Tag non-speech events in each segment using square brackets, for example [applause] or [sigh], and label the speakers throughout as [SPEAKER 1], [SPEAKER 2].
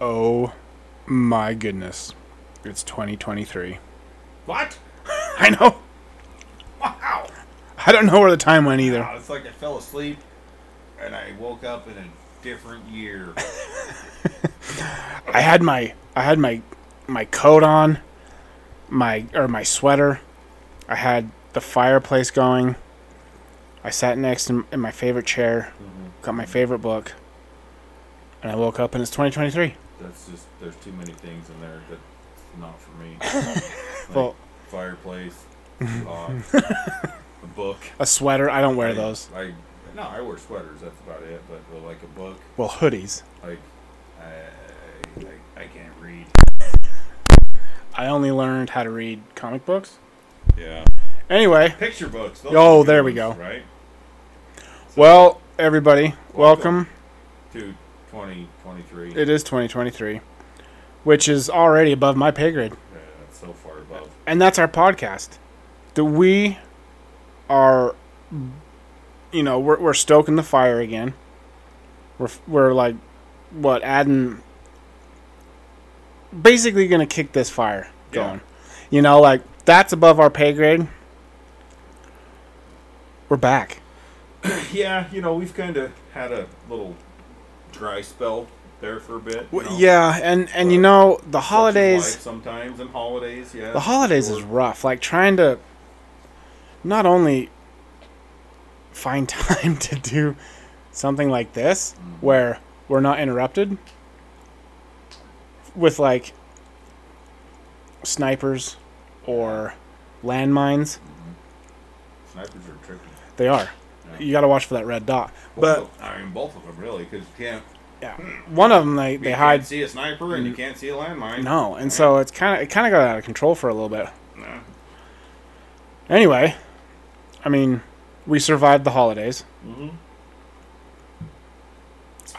[SPEAKER 1] Oh my goodness. It's 2023.
[SPEAKER 2] What?
[SPEAKER 1] [laughs] I know.
[SPEAKER 2] Wow.
[SPEAKER 1] I don't know where the time went either.
[SPEAKER 2] Wow, It's like I fell asleep and I woke up in a different
[SPEAKER 1] [laughs]
[SPEAKER 2] year.
[SPEAKER 1] I had my I had my my coat on, my or my sweater. I had the fireplace going. I sat next in, in my favorite chair, got my favorite book, and I woke up and it's 2023.
[SPEAKER 2] That's just there's too many things in there that's not for me.
[SPEAKER 1] [laughs] Well, [laughs]
[SPEAKER 2] Fireplace, uh, a book.
[SPEAKER 1] a sweater. I don't wear
[SPEAKER 2] I-
[SPEAKER 1] those.
[SPEAKER 2] I no, I wear sweaters. That's about it. But, but like a book,
[SPEAKER 1] Well, hoodies.
[SPEAKER 2] like I, I, I can't read.
[SPEAKER 1] I only learned how to read comic books.
[SPEAKER 2] Yeah.
[SPEAKER 1] Anyway,
[SPEAKER 2] Picture books. those
[SPEAKER 1] Oh,
[SPEAKER 2] are the good
[SPEAKER 1] there we
[SPEAKER 2] ones,
[SPEAKER 1] go.
[SPEAKER 2] Right
[SPEAKER 1] well, everybody, welcome.
[SPEAKER 2] to 2023.
[SPEAKER 1] It is 2023, which is already above my pay grade.
[SPEAKER 2] Yeah, that's so far above.
[SPEAKER 1] and that's our podcast. That we are, you know, we're, we're stoking the fire again. We're we're like, what adding? Basically, gonna kick this fire
[SPEAKER 2] Yeah.
[SPEAKER 1] going. You know, like that's above our pay grade. We're back.
[SPEAKER 2] Yeah, you know, we've kind of had a little dry spell there for a bit. you know.
[SPEAKER 1] Yeah, and and you
[SPEAKER 2] Well,
[SPEAKER 1] know the
[SPEAKER 2] Such is
[SPEAKER 1] holidays.
[SPEAKER 2] life sometimes, and holidays, yeah.
[SPEAKER 1] the holidays is rough like trying to not only find [laughs] time to do something like this where we're not interrupted with like snipers or landmines
[SPEAKER 2] Snipers are tricky.
[SPEAKER 1] they are
[SPEAKER 2] Yeah.
[SPEAKER 1] you got to watch for that red dot
[SPEAKER 2] Both
[SPEAKER 1] but
[SPEAKER 2] of- I mean, both of them really, because you can't
[SPEAKER 1] yeah one of them they,
[SPEAKER 2] you
[SPEAKER 1] they
[SPEAKER 2] can't
[SPEAKER 1] hide Mm.
[SPEAKER 2] see a sniper and you can't see a landmine.
[SPEAKER 1] no and so it's kind of it kind of got out of control for a little bit
[SPEAKER 2] Nah.
[SPEAKER 1] anyway i mean we survived the holidays
[SPEAKER 2] Mhm.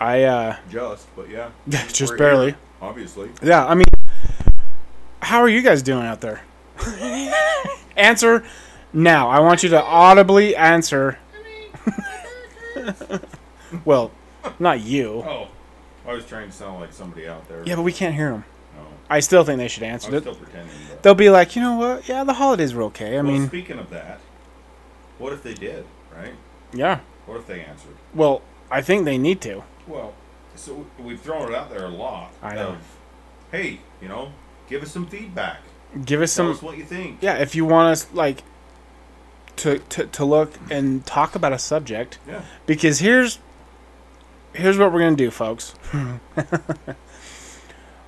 [SPEAKER 1] i uh
[SPEAKER 2] Just,
[SPEAKER 1] [laughs]
[SPEAKER 2] but yeah.
[SPEAKER 1] just
[SPEAKER 2] We're
[SPEAKER 1] barely
[SPEAKER 2] here, obviously.
[SPEAKER 1] Yeah, I mean, how are you guys doing out
[SPEAKER 2] [laughs]
[SPEAKER 1] there? answer now. I want you to audibly answer. [laughs] well, not you.
[SPEAKER 2] Oh, I was trying to sound like somebody out there.
[SPEAKER 1] Yeah, but we can't hear them.
[SPEAKER 2] No,
[SPEAKER 1] I still think they should
[SPEAKER 2] I'm
[SPEAKER 1] answer.
[SPEAKER 2] still
[SPEAKER 1] They'll-
[SPEAKER 2] pretending. But.
[SPEAKER 1] They'll be like, you know what? Yeah, the holidays were okay. I
[SPEAKER 2] well,
[SPEAKER 1] mean,
[SPEAKER 2] speaking of that, what if they did? Right?
[SPEAKER 1] yeah.
[SPEAKER 2] What if they answered?
[SPEAKER 1] Well, I think they need to.
[SPEAKER 2] Well, so we've thrown it out there a lot.
[SPEAKER 1] I know.
[SPEAKER 2] Of, hey, you know, give us some feedback.
[SPEAKER 1] Give us
[SPEAKER 2] Tell
[SPEAKER 1] some.
[SPEAKER 2] us what you think.
[SPEAKER 1] Yeah, if you want us like to to to look and talk about a subject,
[SPEAKER 2] Yeah.
[SPEAKER 1] because here's here's what we're gonna do,
[SPEAKER 2] [laughs]
[SPEAKER 1] folks.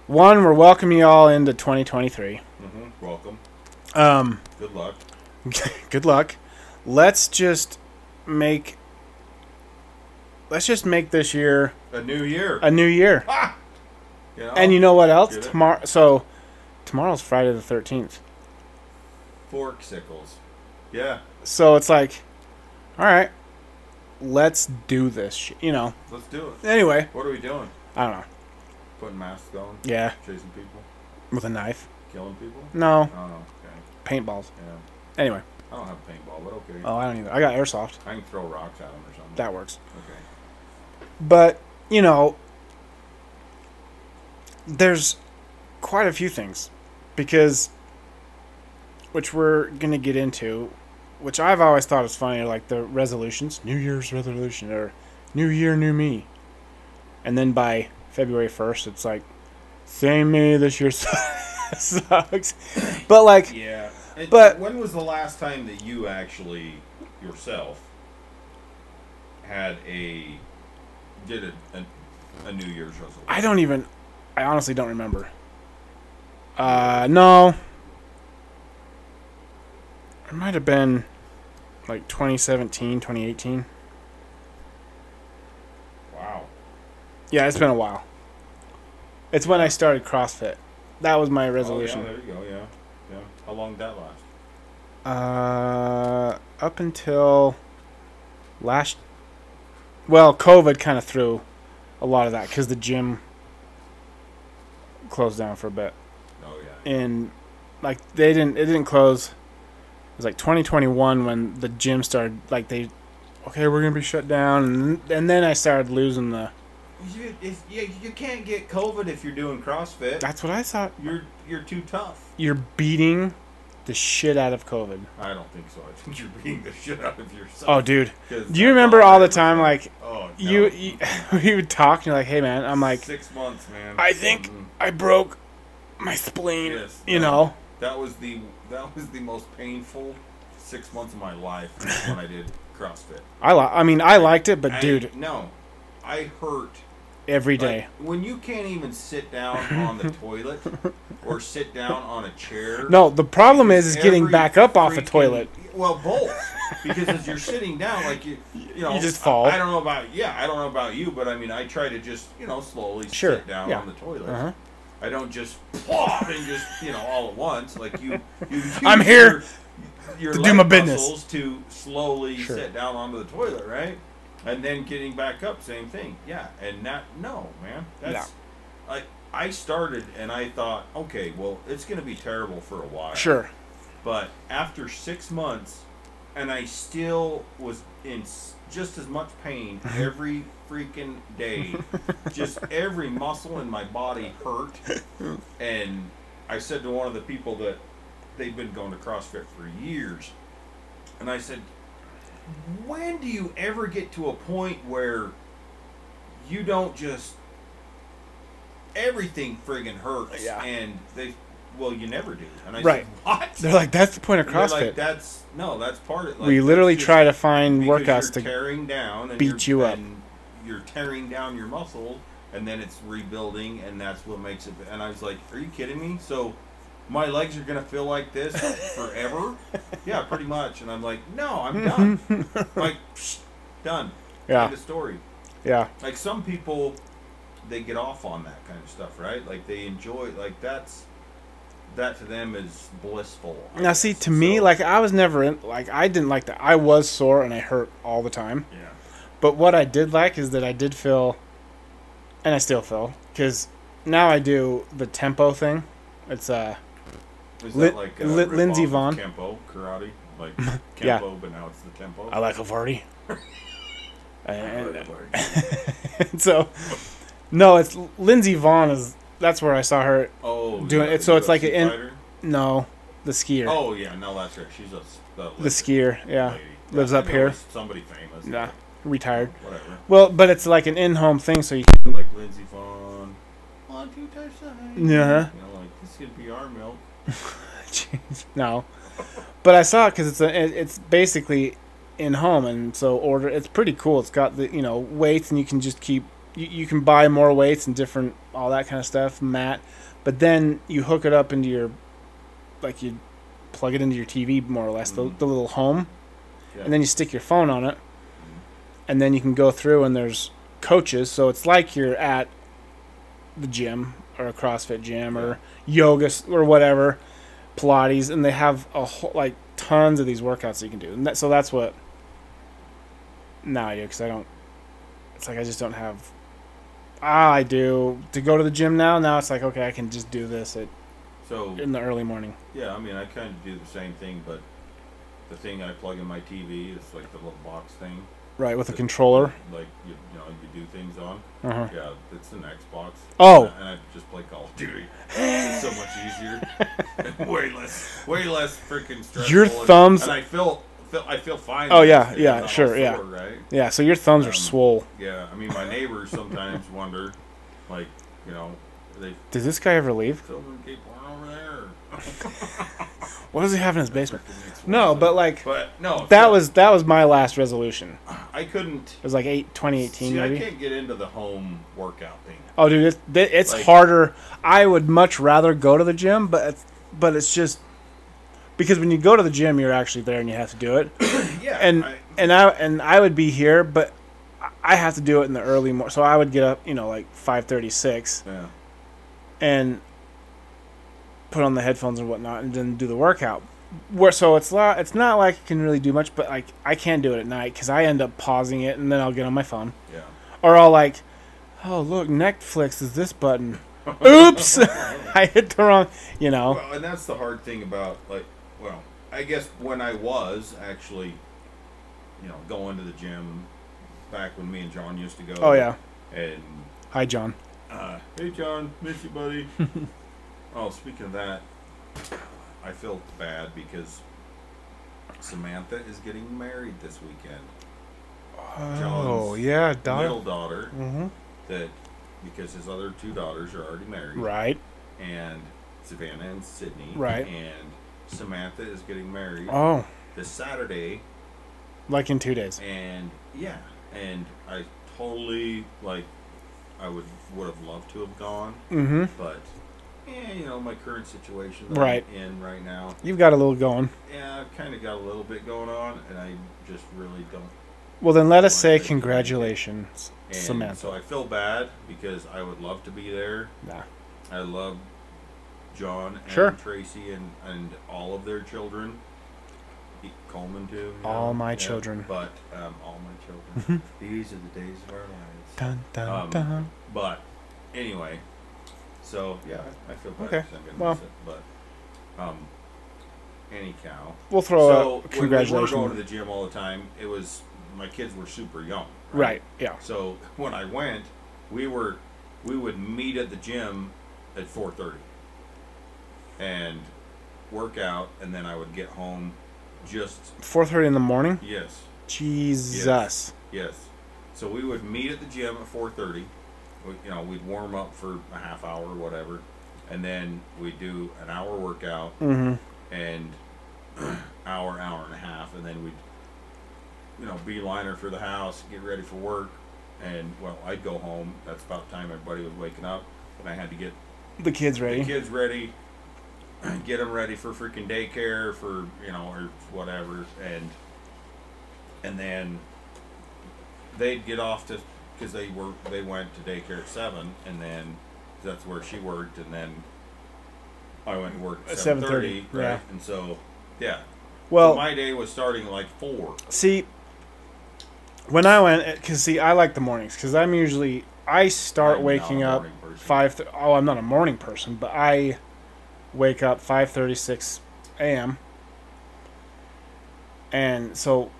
[SPEAKER 1] One, we're welcoming you all into 2023.
[SPEAKER 2] hmm Welcome.
[SPEAKER 1] Um,
[SPEAKER 2] Good luck.
[SPEAKER 1] [laughs] good luck. Let's just make let's just make this year
[SPEAKER 2] A new year.
[SPEAKER 1] a new year.
[SPEAKER 2] ah! You know,
[SPEAKER 1] And you know what else?
[SPEAKER 2] Get it?
[SPEAKER 1] Tomorrow, so tomorrow's Friday the 13th.
[SPEAKER 2] fork sickles. Yeah.
[SPEAKER 1] So it's like, all right, let's do this. Sh- you know.
[SPEAKER 2] Let's do it.
[SPEAKER 1] Anyway,
[SPEAKER 2] What are we doing?
[SPEAKER 1] I don't know.
[SPEAKER 2] Putting masks on?
[SPEAKER 1] Yeah,
[SPEAKER 2] Chasing people?
[SPEAKER 1] with a knife.
[SPEAKER 2] Killing people?
[SPEAKER 1] No
[SPEAKER 2] Oh, okay.
[SPEAKER 1] paintballs.
[SPEAKER 2] Yeah.
[SPEAKER 1] Anyway.
[SPEAKER 2] I don't have a paintball, but okay.
[SPEAKER 1] Oh, I don't either. I got airsoft.
[SPEAKER 2] I can throw rocks at them or something.
[SPEAKER 1] That works.
[SPEAKER 2] okay.
[SPEAKER 1] But, you know, there's quite a few things because, which we're going to get into, which I've always thought is funny, like the resolutions, New Year's resolution, or New Year, New Me. And then by February 1st, it's like, same me, this year [laughs] sucks. but, like,
[SPEAKER 2] Yeah. It-
[SPEAKER 1] But-
[SPEAKER 2] when was the last time that you actually yourself had a did a, a, a New Year's resolution?
[SPEAKER 1] I don't even, I honestly don't remember. Uh, no. It might have been like 2017, 2018.
[SPEAKER 2] Wow. Oh,
[SPEAKER 1] Yeah, it's been a while. It's when I started CrossFit. That was my
[SPEAKER 2] Oh, yeah,
[SPEAKER 1] resolution.
[SPEAKER 2] there you go. Yeah. Yeah. How long did that last?
[SPEAKER 1] Uh, up until last, well, COVID kind of threw a lot of that because the gym closed down for a bit.
[SPEAKER 2] Oh yeah.
[SPEAKER 1] in like they didn't it didn't close it was like 2021 when the gym started like they okay we're gonna be shut down and, and then i started losing the
[SPEAKER 2] You, if, you, you can't get COVID if you're doing CrossFit.
[SPEAKER 1] That's what I thought.
[SPEAKER 2] You're you're too tough.
[SPEAKER 1] You're beating the shit out of COVID.
[SPEAKER 2] I don't think so. I think you're beating the shit out of yourself.
[SPEAKER 1] Oh, dude.
[SPEAKER 2] 'Cause
[SPEAKER 1] Do you
[SPEAKER 2] that's
[SPEAKER 1] remember
[SPEAKER 2] I
[SPEAKER 1] all the
[SPEAKER 2] ever
[SPEAKER 1] time,
[SPEAKER 2] felt.
[SPEAKER 1] like,
[SPEAKER 2] oh, no.
[SPEAKER 1] you, you, [laughs] we would talk and you're like, hey, man, I'm like,
[SPEAKER 2] six months, man.
[SPEAKER 1] I think
[SPEAKER 2] Mm.
[SPEAKER 1] I broke my spleen,
[SPEAKER 2] Yes,
[SPEAKER 1] you
[SPEAKER 2] that-
[SPEAKER 1] know?
[SPEAKER 2] that was the that was the most painful six months of my life when I did CrossFit.
[SPEAKER 1] I, li- I mean, I liked it, but
[SPEAKER 2] I-
[SPEAKER 1] dude,
[SPEAKER 2] no, I hurt
[SPEAKER 1] every
[SPEAKER 2] Like,
[SPEAKER 1] day.
[SPEAKER 2] when you can't even sit down on the toilet or sit down on a chair.
[SPEAKER 1] [laughs] No, the problem is, is getting
[SPEAKER 2] every
[SPEAKER 1] back up off the
[SPEAKER 2] freaking-
[SPEAKER 1] toilet.
[SPEAKER 2] Well, both because as you're sitting down, like you, you know,
[SPEAKER 1] You just
[SPEAKER 2] I-
[SPEAKER 1] fall.
[SPEAKER 2] I, don't know about yeah, I don't know about you, but I mean, I try to just you know slowly
[SPEAKER 1] Sure,
[SPEAKER 2] sit down
[SPEAKER 1] yeah.
[SPEAKER 2] on the toilet.
[SPEAKER 1] Uh-huh.
[SPEAKER 2] I don't just plop and just you know all at once like you.
[SPEAKER 1] [laughs]
[SPEAKER 2] you use
[SPEAKER 1] I'm here
[SPEAKER 2] your, your
[SPEAKER 1] to do
[SPEAKER 2] leg
[SPEAKER 1] my business.
[SPEAKER 2] muscles to slowly
[SPEAKER 1] Sure.
[SPEAKER 2] sit down onto the toilet, right? And then getting back up, same thing. Yeah, and that no man, that's I I started and I thought, okay, well, it's gonna be terrible for a while.
[SPEAKER 1] Sure.
[SPEAKER 2] But after six months, and I still was in s- just as much
[SPEAKER 1] [laughs]
[SPEAKER 2] pain every freaking day. just every muscle in my body hurt. And I said to one of the people that they've been going to CrossFit for years, and I said, when do you ever get to a point where you don't just everything friggin' hurts
[SPEAKER 1] Yeah.
[SPEAKER 2] and they well you never do and I
[SPEAKER 1] Right.
[SPEAKER 2] said what
[SPEAKER 1] They're like, that's the point of
[SPEAKER 2] and they're Like,
[SPEAKER 1] CrossFit.
[SPEAKER 2] that's no, that's part of. Like,
[SPEAKER 1] we
[SPEAKER 2] that's
[SPEAKER 1] literally
[SPEAKER 2] just
[SPEAKER 1] try to find
[SPEAKER 2] because
[SPEAKER 1] workouts to.
[SPEAKER 2] you're tearing down and
[SPEAKER 1] beat
[SPEAKER 2] you're-
[SPEAKER 1] you up.
[SPEAKER 2] And you're tearing down your muscle, and then it's rebuilding, and that's what makes it. And I was like, "Are you kidding me?" So my legs are gonna feel like this
[SPEAKER 1] [laughs]
[SPEAKER 2] forever. yeah, pretty much. And I'm like, "No, I'm done." like, psh, done.
[SPEAKER 1] Yeah.
[SPEAKER 2] End of story
[SPEAKER 1] Yeah.
[SPEAKER 2] like some people they get off on that kind of stuff right like they enjoy like that's that to them is blissful I
[SPEAKER 1] Now,
[SPEAKER 2] guess.
[SPEAKER 1] see, to me,
[SPEAKER 2] So-
[SPEAKER 1] like, I was never in, like, I didn't like that. I was sore and I hurt all the time.
[SPEAKER 2] yeah
[SPEAKER 1] But what I did like is that I did feel, and I still feel, because now I do the tempo thing. It's, uh,
[SPEAKER 2] is
[SPEAKER 1] Lin-
[SPEAKER 2] that like
[SPEAKER 1] Lin-
[SPEAKER 2] rip
[SPEAKER 1] Lindsey
[SPEAKER 2] off of
[SPEAKER 1] Vonn.
[SPEAKER 2] tempo karate like
[SPEAKER 1] [laughs] Yeah.
[SPEAKER 2] tempo but now it's the tempo
[SPEAKER 1] I like Havarti.
[SPEAKER 2] [laughs]
[SPEAKER 1] and,
[SPEAKER 2] That word.
[SPEAKER 1] and [laughs] so, no, it's Lindsey Vaughn is, that's where I saw her.
[SPEAKER 2] oh
[SPEAKER 1] [laughs] Doing
[SPEAKER 2] yeah,
[SPEAKER 1] it- so it's like
[SPEAKER 2] UFC
[SPEAKER 1] an-
[SPEAKER 2] fighter?
[SPEAKER 1] No, the skier.
[SPEAKER 2] oh yeah no that's right she's a s- the,
[SPEAKER 1] the skier, yeah.
[SPEAKER 2] lady.
[SPEAKER 1] Lives
[SPEAKER 2] I
[SPEAKER 1] up
[SPEAKER 2] knew it
[SPEAKER 1] here.
[SPEAKER 2] was somebody famous
[SPEAKER 1] Nah, retired.
[SPEAKER 2] whatever
[SPEAKER 1] Well, but it's like an in-home thing, so you [laughs]
[SPEAKER 2] like Lindsey Vaughn on two touch the
[SPEAKER 1] Uh-huh.
[SPEAKER 2] you know like this could be our milk
[SPEAKER 1] Jeez, no. But I saw it because it's a, it- it's basically in home, and so order. It's pretty cool. It's got the you know weights, and you can just keep you, you can buy more weights and different all that kind of stuff, mat. But then you hook it up into your like you plug it into your TV more or less
[SPEAKER 2] Mhm.
[SPEAKER 1] the, the little home,
[SPEAKER 2] yeah.
[SPEAKER 1] and then you stick your phone on it, and then you can go through and there's coaches, so it's like you're at the gym or a CrossFit gym or yoga s- or whatever, Pilates, and they have a whole like tons of these workouts you can do, and that, so that's what now I do because I don't. It's like I just don't have. Ah, I do to go to the gym now. Now it's like okay, I can just do this at,
[SPEAKER 2] so
[SPEAKER 1] in the early morning.
[SPEAKER 2] Yeah, I mean, I kind of do the same thing, but the thing I plug in my TV is like the little box thing.
[SPEAKER 1] Right with a controller.
[SPEAKER 2] Like you, you know, you do things on.
[SPEAKER 1] Uh-huh.
[SPEAKER 2] Yeah, it's an Xbox.
[SPEAKER 1] Oh.
[SPEAKER 2] and I, and I just play Call of Duty. It's so much
[SPEAKER 1] [laughs]
[SPEAKER 2] easier, [laughs] way less, way less freaking stressful.
[SPEAKER 1] Your
[SPEAKER 2] and-
[SPEAKER 1] thumbs-
[SPEAKER 2] And I feel, feel, I feel fine.
[SPEAKER 1] Oh,
[SPEAKER 2] the
[SPEAKER 1] yeah,
[SPEAKER 2] next day.
[SPEAKER 1] yeah,
[SPEAKER 2] I'm not all
[SPEAKER 1] sure, yeah.
[SPEAKER 2] sore, Right.
[SPEAKER 1] Yeah, so your thumbs are
[SPEAKER 2] Um,
[SPEAKER 1] swole.
[SPEAKER 2] Yeah, I mean, my neighbors sometimes wonder, like, you know, are they
[SPEAKER 1] Does this guy ever leave?
[SPEAKER 2] filming gay porn over there?
[SPEAKER 1] What does he have in his basement?
[SPEAKER 2] It makes
[SPEAKER 1] No,
[SPEAKER 2] one
[SPEAKER 1] but
[SPEAKER 2] sense.
[SPEAKER 1] like
[SPEAKER 2] But no,
[SPEAKER 1] that
[SPEAKER 2] so
[SPEAKER 1] was that was my last resolution.
[SPEAKER 2] I couldn't.
[SPEAKER 1] It was like eight, 2018
[SPEAKER 2] See, I
[SPEAKER 1] maybe.
[SPEAKER 2] can't get into the home workout thing.
[SPEAKER 1] Oh, dude, it's, th- it's
[SPEAKER 2] Like-
[SPEAKER 1] harder. I would much rather go to the gym, but it's, but it's just because when you go to the gym, you're actually there and you have to do it.
[SPEAKER 2] [coughs] Yeah,
[SPEAKER 1] And
[SPEAKER 2] I,
[SPEAKER 1] and I and I would be here, but I- I have to do it in the early morning. So I would get up, you know, like five thirty six,
[SPEAKER 2] yeah,
[SPEAKER 1] and put on the headphones and whatnot, and then do the workout. Where so it's not it's not like I can really do much, but like I can do it at night because I end up pausing it and then I'll get on my phone
[SPEAKER 2] yeah.
[SPEAKER 1] or I'll like, oh look, Netflix is this button. Oops, [laughs] I hit the wrong. You know,
[SPEAKER 2] Well, and that's the hard thing about like, well, I guess when I was actually, you know, going to the gym back when me and John used to go.
[SPEAKER 1] Oh, yeah.
[SPEAKER 2] and
[SPEAKER 1] Hi, John.
[SPEAKER 2] Uh, hey, John. Miss you,
[SPEAKER 1] [laughs]
[SPEAKER 2] buddy. oh, speaking of that, I feel bad because Samantha is getting married this weekend.
[SPEAKER 1] Oh, yeah,
[SPEAKER 2] Middle
[SPEAKER 1] Doc.
[SPEAKER 2] daughter,
[SPEAKER 1] Mm-hmm.
[SPEAKER 2] that because his other two daughters are already married.
[SPEAKER 1] Right.
[SPEAKER 2] And Savannah and Sydney.
[SPEAKER 1] Right.
[SPEAKER 2] And Samantha is getting married
[SPEAKER 1] Oh,
[SPEAKER 2] this Saturday.
[SPEAKER 1] like in two days.
[SPEAKER 2] and yeah and i totally like i would would have loved to have gone
[SPEAKER 1] Mm-hmm.
[SPEAKER 2] but eh, you know my current situation that
[SPEAKER 1] Right.
[SPEAKER 2] I'm in right now
[SPEAKER 1] You've got a little going.
[SPEAKER 2] yeah i've kind of got a little bit going on and i just really don't
[SPEAKER 1] Well, then let us say
[SPEAKER 2] Right.
[SPEAKER 1] congratulations,
[SPEAKER 2] and
[SPEAKER 1] Samantha.
[SPEAKER 2] so i feel bad because i would love to be there
[SPEAKER 1] Nah.
[SPEAKER 2] i love john and
[SPEAKER 1] Sure.
[SPEAKER 2] tracy and and all of their children E- coleman too you
[SPEAKER 1] All
[SPEAKER 2] know,
[SPEAKER 1] my
[SPEAKER 2] yeah,
[SPEAKER 1] children.
[SPEAKER 2] but um, all my
[SPEAKER 1] [laughs]
[SPEAKER 2] children these are the days of our lives
[SPEAKER 1] Dun, dun,
[SPEAKER 2] Um,
[SPEAKER 1] dun.
[SPEAKER 2] But anyway, so yeah, I I feel bad.
[SPEAKER 1] Okay,
[SPEAKER 2] 'cause I'm gonna
[SPEAKER 1] well.
[SPEAKER 2] miss it, but um, any cow.
[SPEAKER 1] We'll throw
[SPEAKER 2] so
[SPEAKER 1] a
[SPEAKER 2] When we were going to
[SPEAKER 1] congratulations.
[SPEAKER 2] the gym all the time, it was my kids were super young.
[SPEAKER 1] Right. Yeah.
[SPEAKER 2] So [laughs] when I went, we were we would meet at the gym at four thirty, and work out, and then I would get home. Just
[SPEAKER 1] Four thirty in the morning.
[SPEAKER 2] yes,
[SPEAKER 1] Jesus.
[SPEAKER 2] Yes. So we would meet at the gym at 4:30. We, you know, we'd warm up for a half hour or whatever, and then we'd do an hour workout
[SPEAKER 1] Mm-hmm.
[SPEAKER 2] and [clears throat] hour, hour and a half, and then we'd, you know, beeline her for the house, get ready for work, and well, I'd go home. That's about the time everybody was waking up, and I had to get
[SPEAKER 1] The kids ready.
[SPEAKER 2] the kids ready, get them ready for freaking daycare for you know or whatever, and and then they'd get off to because they were they went to daycare at seven, and then that's where she worked, and then I went to work at
[SPEAKER 1] At
[SPEAKER 2] seven thirty,
[SPEAKER 1] 7:30,
[SPEAKER 2] right?
[SPEAKER 1] yeah.
[SPEAKER 2] And so yeah,
[SPEAKER 1] Well,
[SPEAKER 2] so my day was starting like four.
[SPEAKER 1] See, when I went, because see, I like the mornings because I'm usually I start
[SPEAKER 2] I'm not
[SPEAKER 1] waking
[SPEAKER 2] a
[SPEAKER 1] up
[SPEAKER 2] morning person.
[SPEAKER 1] five. Th- oh, I'm not a morning person, but I wake up five thirty six a.m. And so,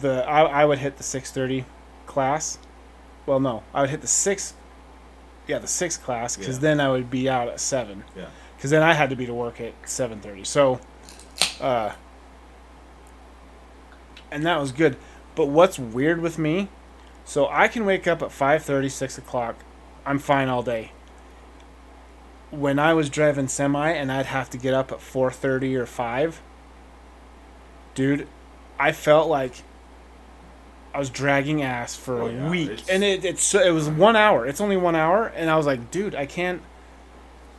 [SPEAKER 1] the I, I would hit the six thirty class. Well, no, I would hit the six. Yeah, the six class because
[SPEAKER 2] Yeah.
[SPEAKER 1] then I would be out at seven
[SPEAKER 2] Yeah,
[SPEAKER 1] because then I had to be to work at seven thirty. So, uh, and that was good. But what's weird with me? So I can wake up at 5:30, 6 o'clock. I'm fine all day. When I was driving semi and I'd have to get up at four thirty or five, dude, I felt like I was dragging ass for
[SPEAKER 2] Oh,
[SPEAKER 1] a
[SPEAKER 2] yeah,
[SPEAKER 1] week,
[SPEAKER 2] it's-
[SPEAKER 1] and it it's so- it was one hour. It's only one hour, and I was like, dude, I can't.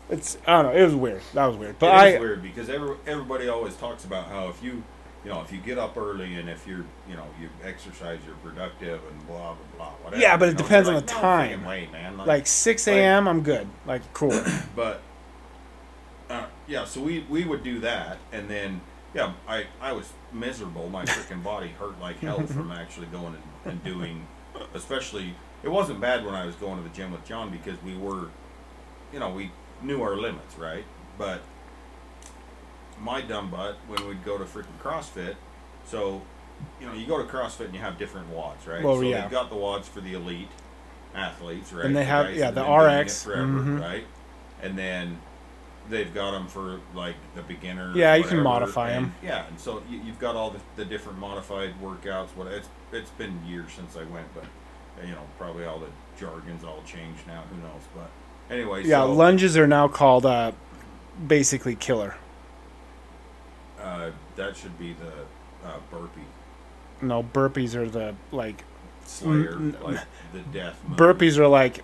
[SPEAKER 1] It's I don't know. It was weird. That was weird. But
[SPEAKER 2] It is
[SPEAKER 1] I
[SPEAKER 2] weird because every, everybody always talks about how if you you know if you get up early and if you're you know you exercise you're productive and blah blah blah whatever.
[SPEAKER 1] Yeah, but
[SPEAKER 2] you
[SPEAKER 1] it
[SPEAKER 2] know,
[SPEAKER 1] depends
[SPEAKER 2] you're
[SPEAKER 1] on the time.
[SPEAKER 2] freaking way, man. Like,
[SPEAKER 1] like six a.m. I'm good. Like
[SPEAKER 2] [clears throat]
[SPEAKER 1] cool.
[SPEAKER 2] but uh, yeah, so we we would do that and then yeah, I I was miserable. My freaking body hurt like hell
[SPEAKER 1] [laughs]
[SPEAKER 2] from actually going and, and doing, especially it wasn't bad when I was going to the gym with John because we were, you know, we knew our limits, right? But my dumb butt when we'd go to freaking CrossFit. So, you know, you go to CrossFit and you have different wads, right?
[SPEAKER 1] Well,
[SPEAKER 2] so
[SPEAKER 1] yeah.
[SPEAKER 2] they've got the wads for the elite athletes, right?
[SPEAKER 1] And they
[SPEAKER 2] The
[SPEAKER 1] have-
[SPEAKER 2] guys
[SPEAKER 1] yeah,
[SPEAKER 2] who've
[SPEAKER 1] the
[SPEAKER 2] been doing it
[SPEAKER 1] RX,
[SPEAKER 2] forever,
[SPEAKER 1] mhm.
[SPEAKER 2] right? And then they've got them for like the beginner.
[SPEAKER 1] Yeah, you can modify 'em.
[SPEAKER 2] Yeah, and so you, you've got all the, the different modified workouts. What it's it's been years since I went, but uh, you know, probably all the jargon's all changed now. Who knows? But anyway,
[SPEAKER 1] Yeah,
[SPEAKER 2] so,
[SPEAKER 1] lunges are now called uh, basically killer.
[SPEAKER 2] uh, that should be the uh, burpee
[SPEAKER 1] Mm, No, burpees are the like
[SPEAKER 2] slayer,
[SPEAKER 1] Mm, mm,
[SPEAKER 2] like the death. Move.
[SPEAKER 1] burpees are like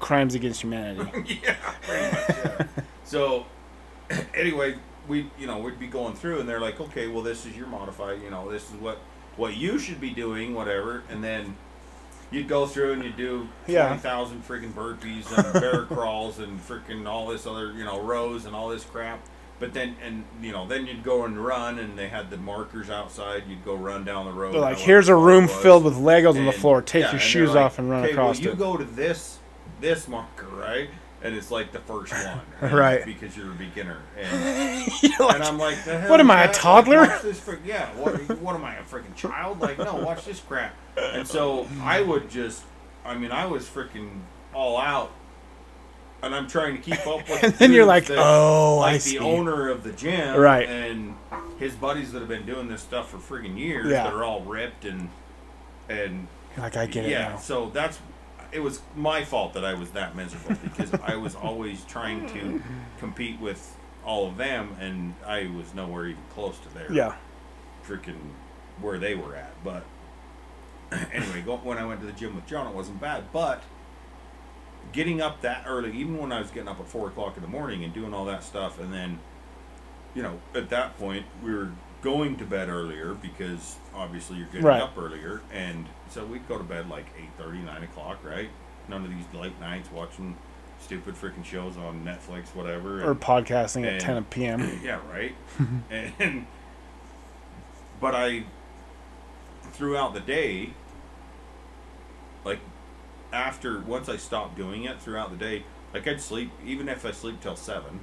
[SPEAKER 1] crimes against
[SPEAKER 2] [laughs]
[SPEAKER 1] humanity.
[SPEAKER 2] yeah, pretty much, yeah.
[SPEAKER 1] [laughs]
[SPEAKER 2] So, [clears throat] anyway, we you know we'd be going through, and they're like, okay, well, this is your modified. You know, this is what what you should be doing, whatever. And then you'd go through and you do
[SPEAKER 1] Yeah.
[SPEAKER 2] twenty thousand freaking burpees and bear [laughs] crawls and freaking all this other you know rows and all this crap. But then and you know then you'd go and run, and they had the markers outside. You'd go run down the road.
[SPEAKER 1] They're like,
[SPEAKER 2] however
[SPEAKER 1] here's a
[SPEAKER 2] far it
[SPEAKER 1] room
[SPEAKER 2] was."
[SPEAKER 1] filled with Legos on the
[SPEAKER 2] And-
[SPEAKER 1] floor. Take
[SPEAKER 2] yeah,
[SPEAKER 1] your
[SPEAKER 2] and
[SPEAKER 1] shoes
[SPEAKER 2] they're like,
[SPEAKER 1] off and run
[SPEAKER 2] "Okay,
[SPEAKER 1] across
[SPEAKER 2] well, you
[SPEAKER 1] it.
[SPEAKER 2] go to this this marker, right? And it's like the
[SPEAKER 1] [laughs]
[SPEAKER 2] first one, and
[SPEAKER 1] Right.
[SPEAKER 2] Because you're a beginner, and,
[SPEAKER 1] [laughs] You're
[SPEAKER 2] and
[SPEAKER 1] like,
[SPEAKER 2] I'm like, the hell
[SPEAKER 1] What
[SPEAKER 2] is
[SPEAKER 1] am I, a
[SPEAKER 2] that? Like,
[SPEAKER 1] toddler?
[SPEAKER 2] watch this frick- yeah, what, what am I, a freaking child? Like, no, watch this crap. And so I would just, I mean, I was freaking all out, and I'm trying to keep up
[SPEAKER 1] [laughs]
[SPEAKER 2] with.
[SPEAKER 1] And then you're
[SPEAKER 2] dudes
[SPEAKER 1] like,
[SPEAKER 2] that-
[SPEAKER 1] oh,
[SPEAKER 2] like
[SPEAKER 1] I
[SPEAKER 2] the
[SPEAKER 1] see.
[SPEAKER 2] owner of the gym,
[SPEAKER 1] Right.
[SPEAKER 2] And his buddies that have been doing this stuff for friggin' years,
[SPEAKER 1] Yeah.
[SPEAKER 2] that are all ripped and and [laughs]
[SPEAKER 1] like I get
[SPEAKER 2] yeah.
[SPEAKER 1] it now.
[SPEAKER 2] So that's it was my fault that I was that miserable because I was always trying to compete with all of them, and I was nowhere even close to there
[SPEAKER 1] Yeah.
[SPEAKER 2] freaking where they were at. But [clears throat] anyway, go, when I went to the gym with John, it wasn't bad. But getting up that early, even when I was getting up at four o'clock in the morning and doing all that stuff, and then, you know, at that point we were going to bed earlier because obviously you're getting
[SPEAKER 1] Right.
[SPEAKER 2] up earlier, and so we'd go to bed like 8.30, 9 o'clock, right? None of these late nights watching stupid freaking shows on Netflix, whatever.
[SPEAKER 1] Or
[SPEAKER 2] and-
[SPEAKER 1] podcasting at
[SPEAKER 2] and-
[SPEAKER 1] 10 p.m.
[SPEAKER 2] yeah,
[SPEAKER 1] [laughs]
[SPEAKER 2] right. and but I throughout the day, like after once I stopped doing it throughout the day, like I'd sleep even if I sleep till seven,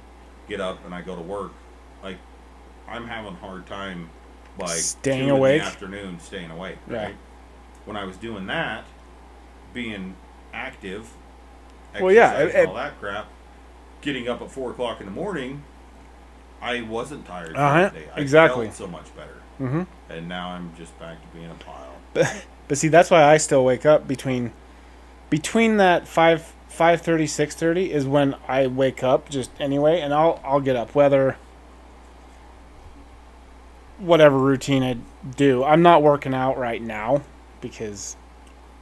[SPEAKER 2] get up and I go to work. Like I'm having a hard time like
[SPEAKER 1] Staying
[SPEAKER 2] two in the
[SPEAKER 1] awake?
[SPEAKER 2] afternoon, staying awake.
[SPEAKER 1] Yeah.
[SPEAKER 2] Right. When I was doing that, being active,
[SPEAKER 1] Well, yeah, it-
[SPEAKER 2] exercise and
[SPEAKER 1] it-
[SPEAKER 2] all that crap, getting up at four o'clock in the morning, I wasn't tired.
[SPEAKER 1] Uh-huh,
[SPEAKER 2] that day. I
[SPEAKER 1] exactly.
[SPEAKER 2] Felt so much better,
[SPEAKER 1] Mm-hmm.
[SPEAKER 2] and now I'm just back to being a pile.
[SPEAKER 1] But, but see, that's why I still wake up between between that 5 5:30 6:30 is when I wake up just anyway and I'll I'll get up whether whatever routine I do. I'm not working out right now because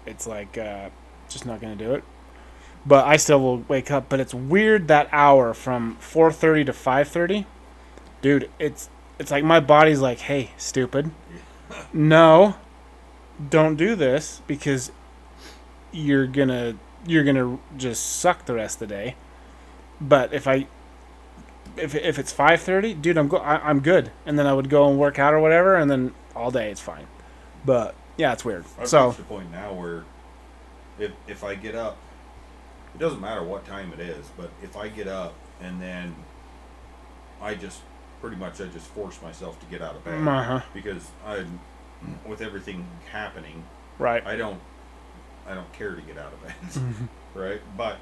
[SPEAKER 1] it's like uh just not going to do it. But I still will wake up, but it's weird that hour from 4:30 to 5:30. Dude, it's it's like my body's like, "Hey, stupid. no, don't do this because you're gonna you're gonna just suck the rest of the day. But if I if if it's five thirty, dude, I'm go I, I'm good, and then I would go and work out or whatever, and then all day it's fine. But yeah, it's weird.
[SPEAKER 2] I've
[SPEAKER 1] so
[SPEAKER 2] reached the point now where if if I get up, it doesn't matter what time it is, but if I get up and then I just pretty much I just force myself to get out of bed
[SPEAKER 1] uh-huh,
[SPEAKER 2] because I, with everything happening,
[SPEAKER 1] right,
[SPEAKER 2] I don't I don't care to get out of bed.
[SPEAKER 1] [laughs]
[SPEAKER 2] [laughs] right? But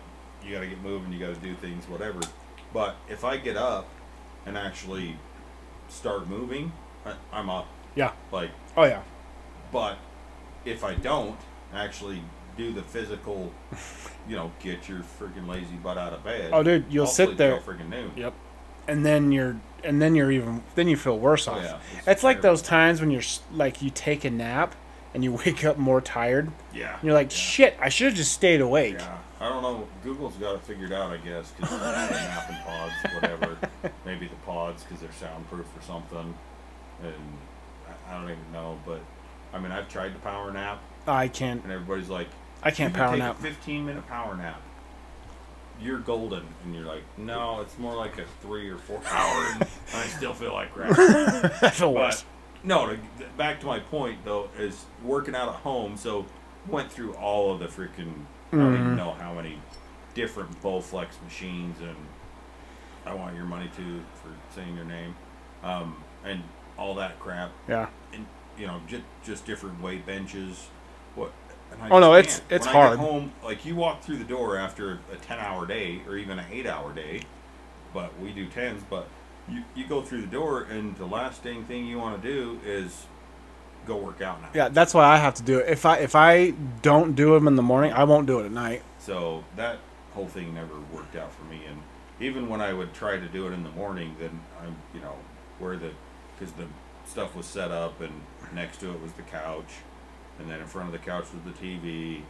[SPEAKER 2] you gotta get moving, you gotta do things, whatever. But if I get up and actually start moving, I, I'm up.
[SPEAKER 1] yeah,
[SPEAKER 2] Like
[SPEAKER 1] oh yeah,
[SPEAKER 2] but if I don't actually do
[SPEAKER 1] [laughs]
[SPEAKER 2] the physical you know, get your freaking lazy butt out of bed.
[SPEAKER 1] Oh, dude, you'll
[SPEAKER 2] I'll
[SPEAKER 1] sit
[SPEAKER 2] sleep
[SPEAKER 1] there.
[SPEAKER 2] till freaking noon.
[SPEAKER 1] yep, and then you're and then you're even then you feel worse
[SPEAKER 2] Oh,
[SPEAKER 1] off.
[SPEAKER 2] yeah.
[SPEAKER 1] It's, like those times when you're s- like you take a nap and you [laughs] wake up more tired.
[SPEAKER 2] Yeah.
[SPEAKER 1] And you're like,
[SPEAKER 2] yeah.
[SPEAKER 1] shit, I should have just stayed awake.
[SPEAKER 2] Yeah, I don't know. Google's got it figured out, I guess, because napping pods,
[SPEAKER 1] [laughs]
[SPEAKER 2] whatever. Maybe the pods because they're soundproof or something. And I, I don't even know, but I mean, I've tried the power nap,
[SPEAKER 1] Oh, I can't.
[SPEAKER 2] and everybody's like,
[SPEAKER 1] I can't
[SPEAKER 2] "You can
[SPEAKER 1] power
[SPEAKER 2] take
[SPEAKER 1] nap. [laughs]
[SPEAKER 2] A Fifteen minute power nap. You're golden, and you're like, no, it's more like a three or four hour, and I still feel like crap.
[SPEAKER 1] I feel
[SPEAKER 2] But
[SPEAKER 1] worse.
[SPEAKER 2] no, to, back to my point though is working out at home. So went through all of the freaking I don't even know how many different Bowflex machines and I want your money too for saying your name um, and all that crap
[SPEAKER 1] Yeah.
[SPEAKER 2] and you know just just different weight benches. What? And I
[SPEAKER 1] Oh, no,
[SPEAKER 2] just
[SPEAKER 1] it's-
[SPEAKER 2] can't.
[SPEAKER 1] it's
[SPEAKER 2] when I
[SPEAKER 1] hard.
[SPEAKER 2] get home, like you walk through the door after a ten hour day or even an eight hour day, but we do tens. But you you go through the door and the last dang thing you want to do is go work out now.
[SPEAKER 1] Yeah, that's why I have to do it. If I if I don't do them in the morning, I won't do it at night. [laughs]
[SPEAKER 2] So that whole thing never worked out for me. And even when I would try to do it in the morning, then I'm, you know, where the, because the stuff was set up and next to it was the couch. And then in front of the couch was the TV.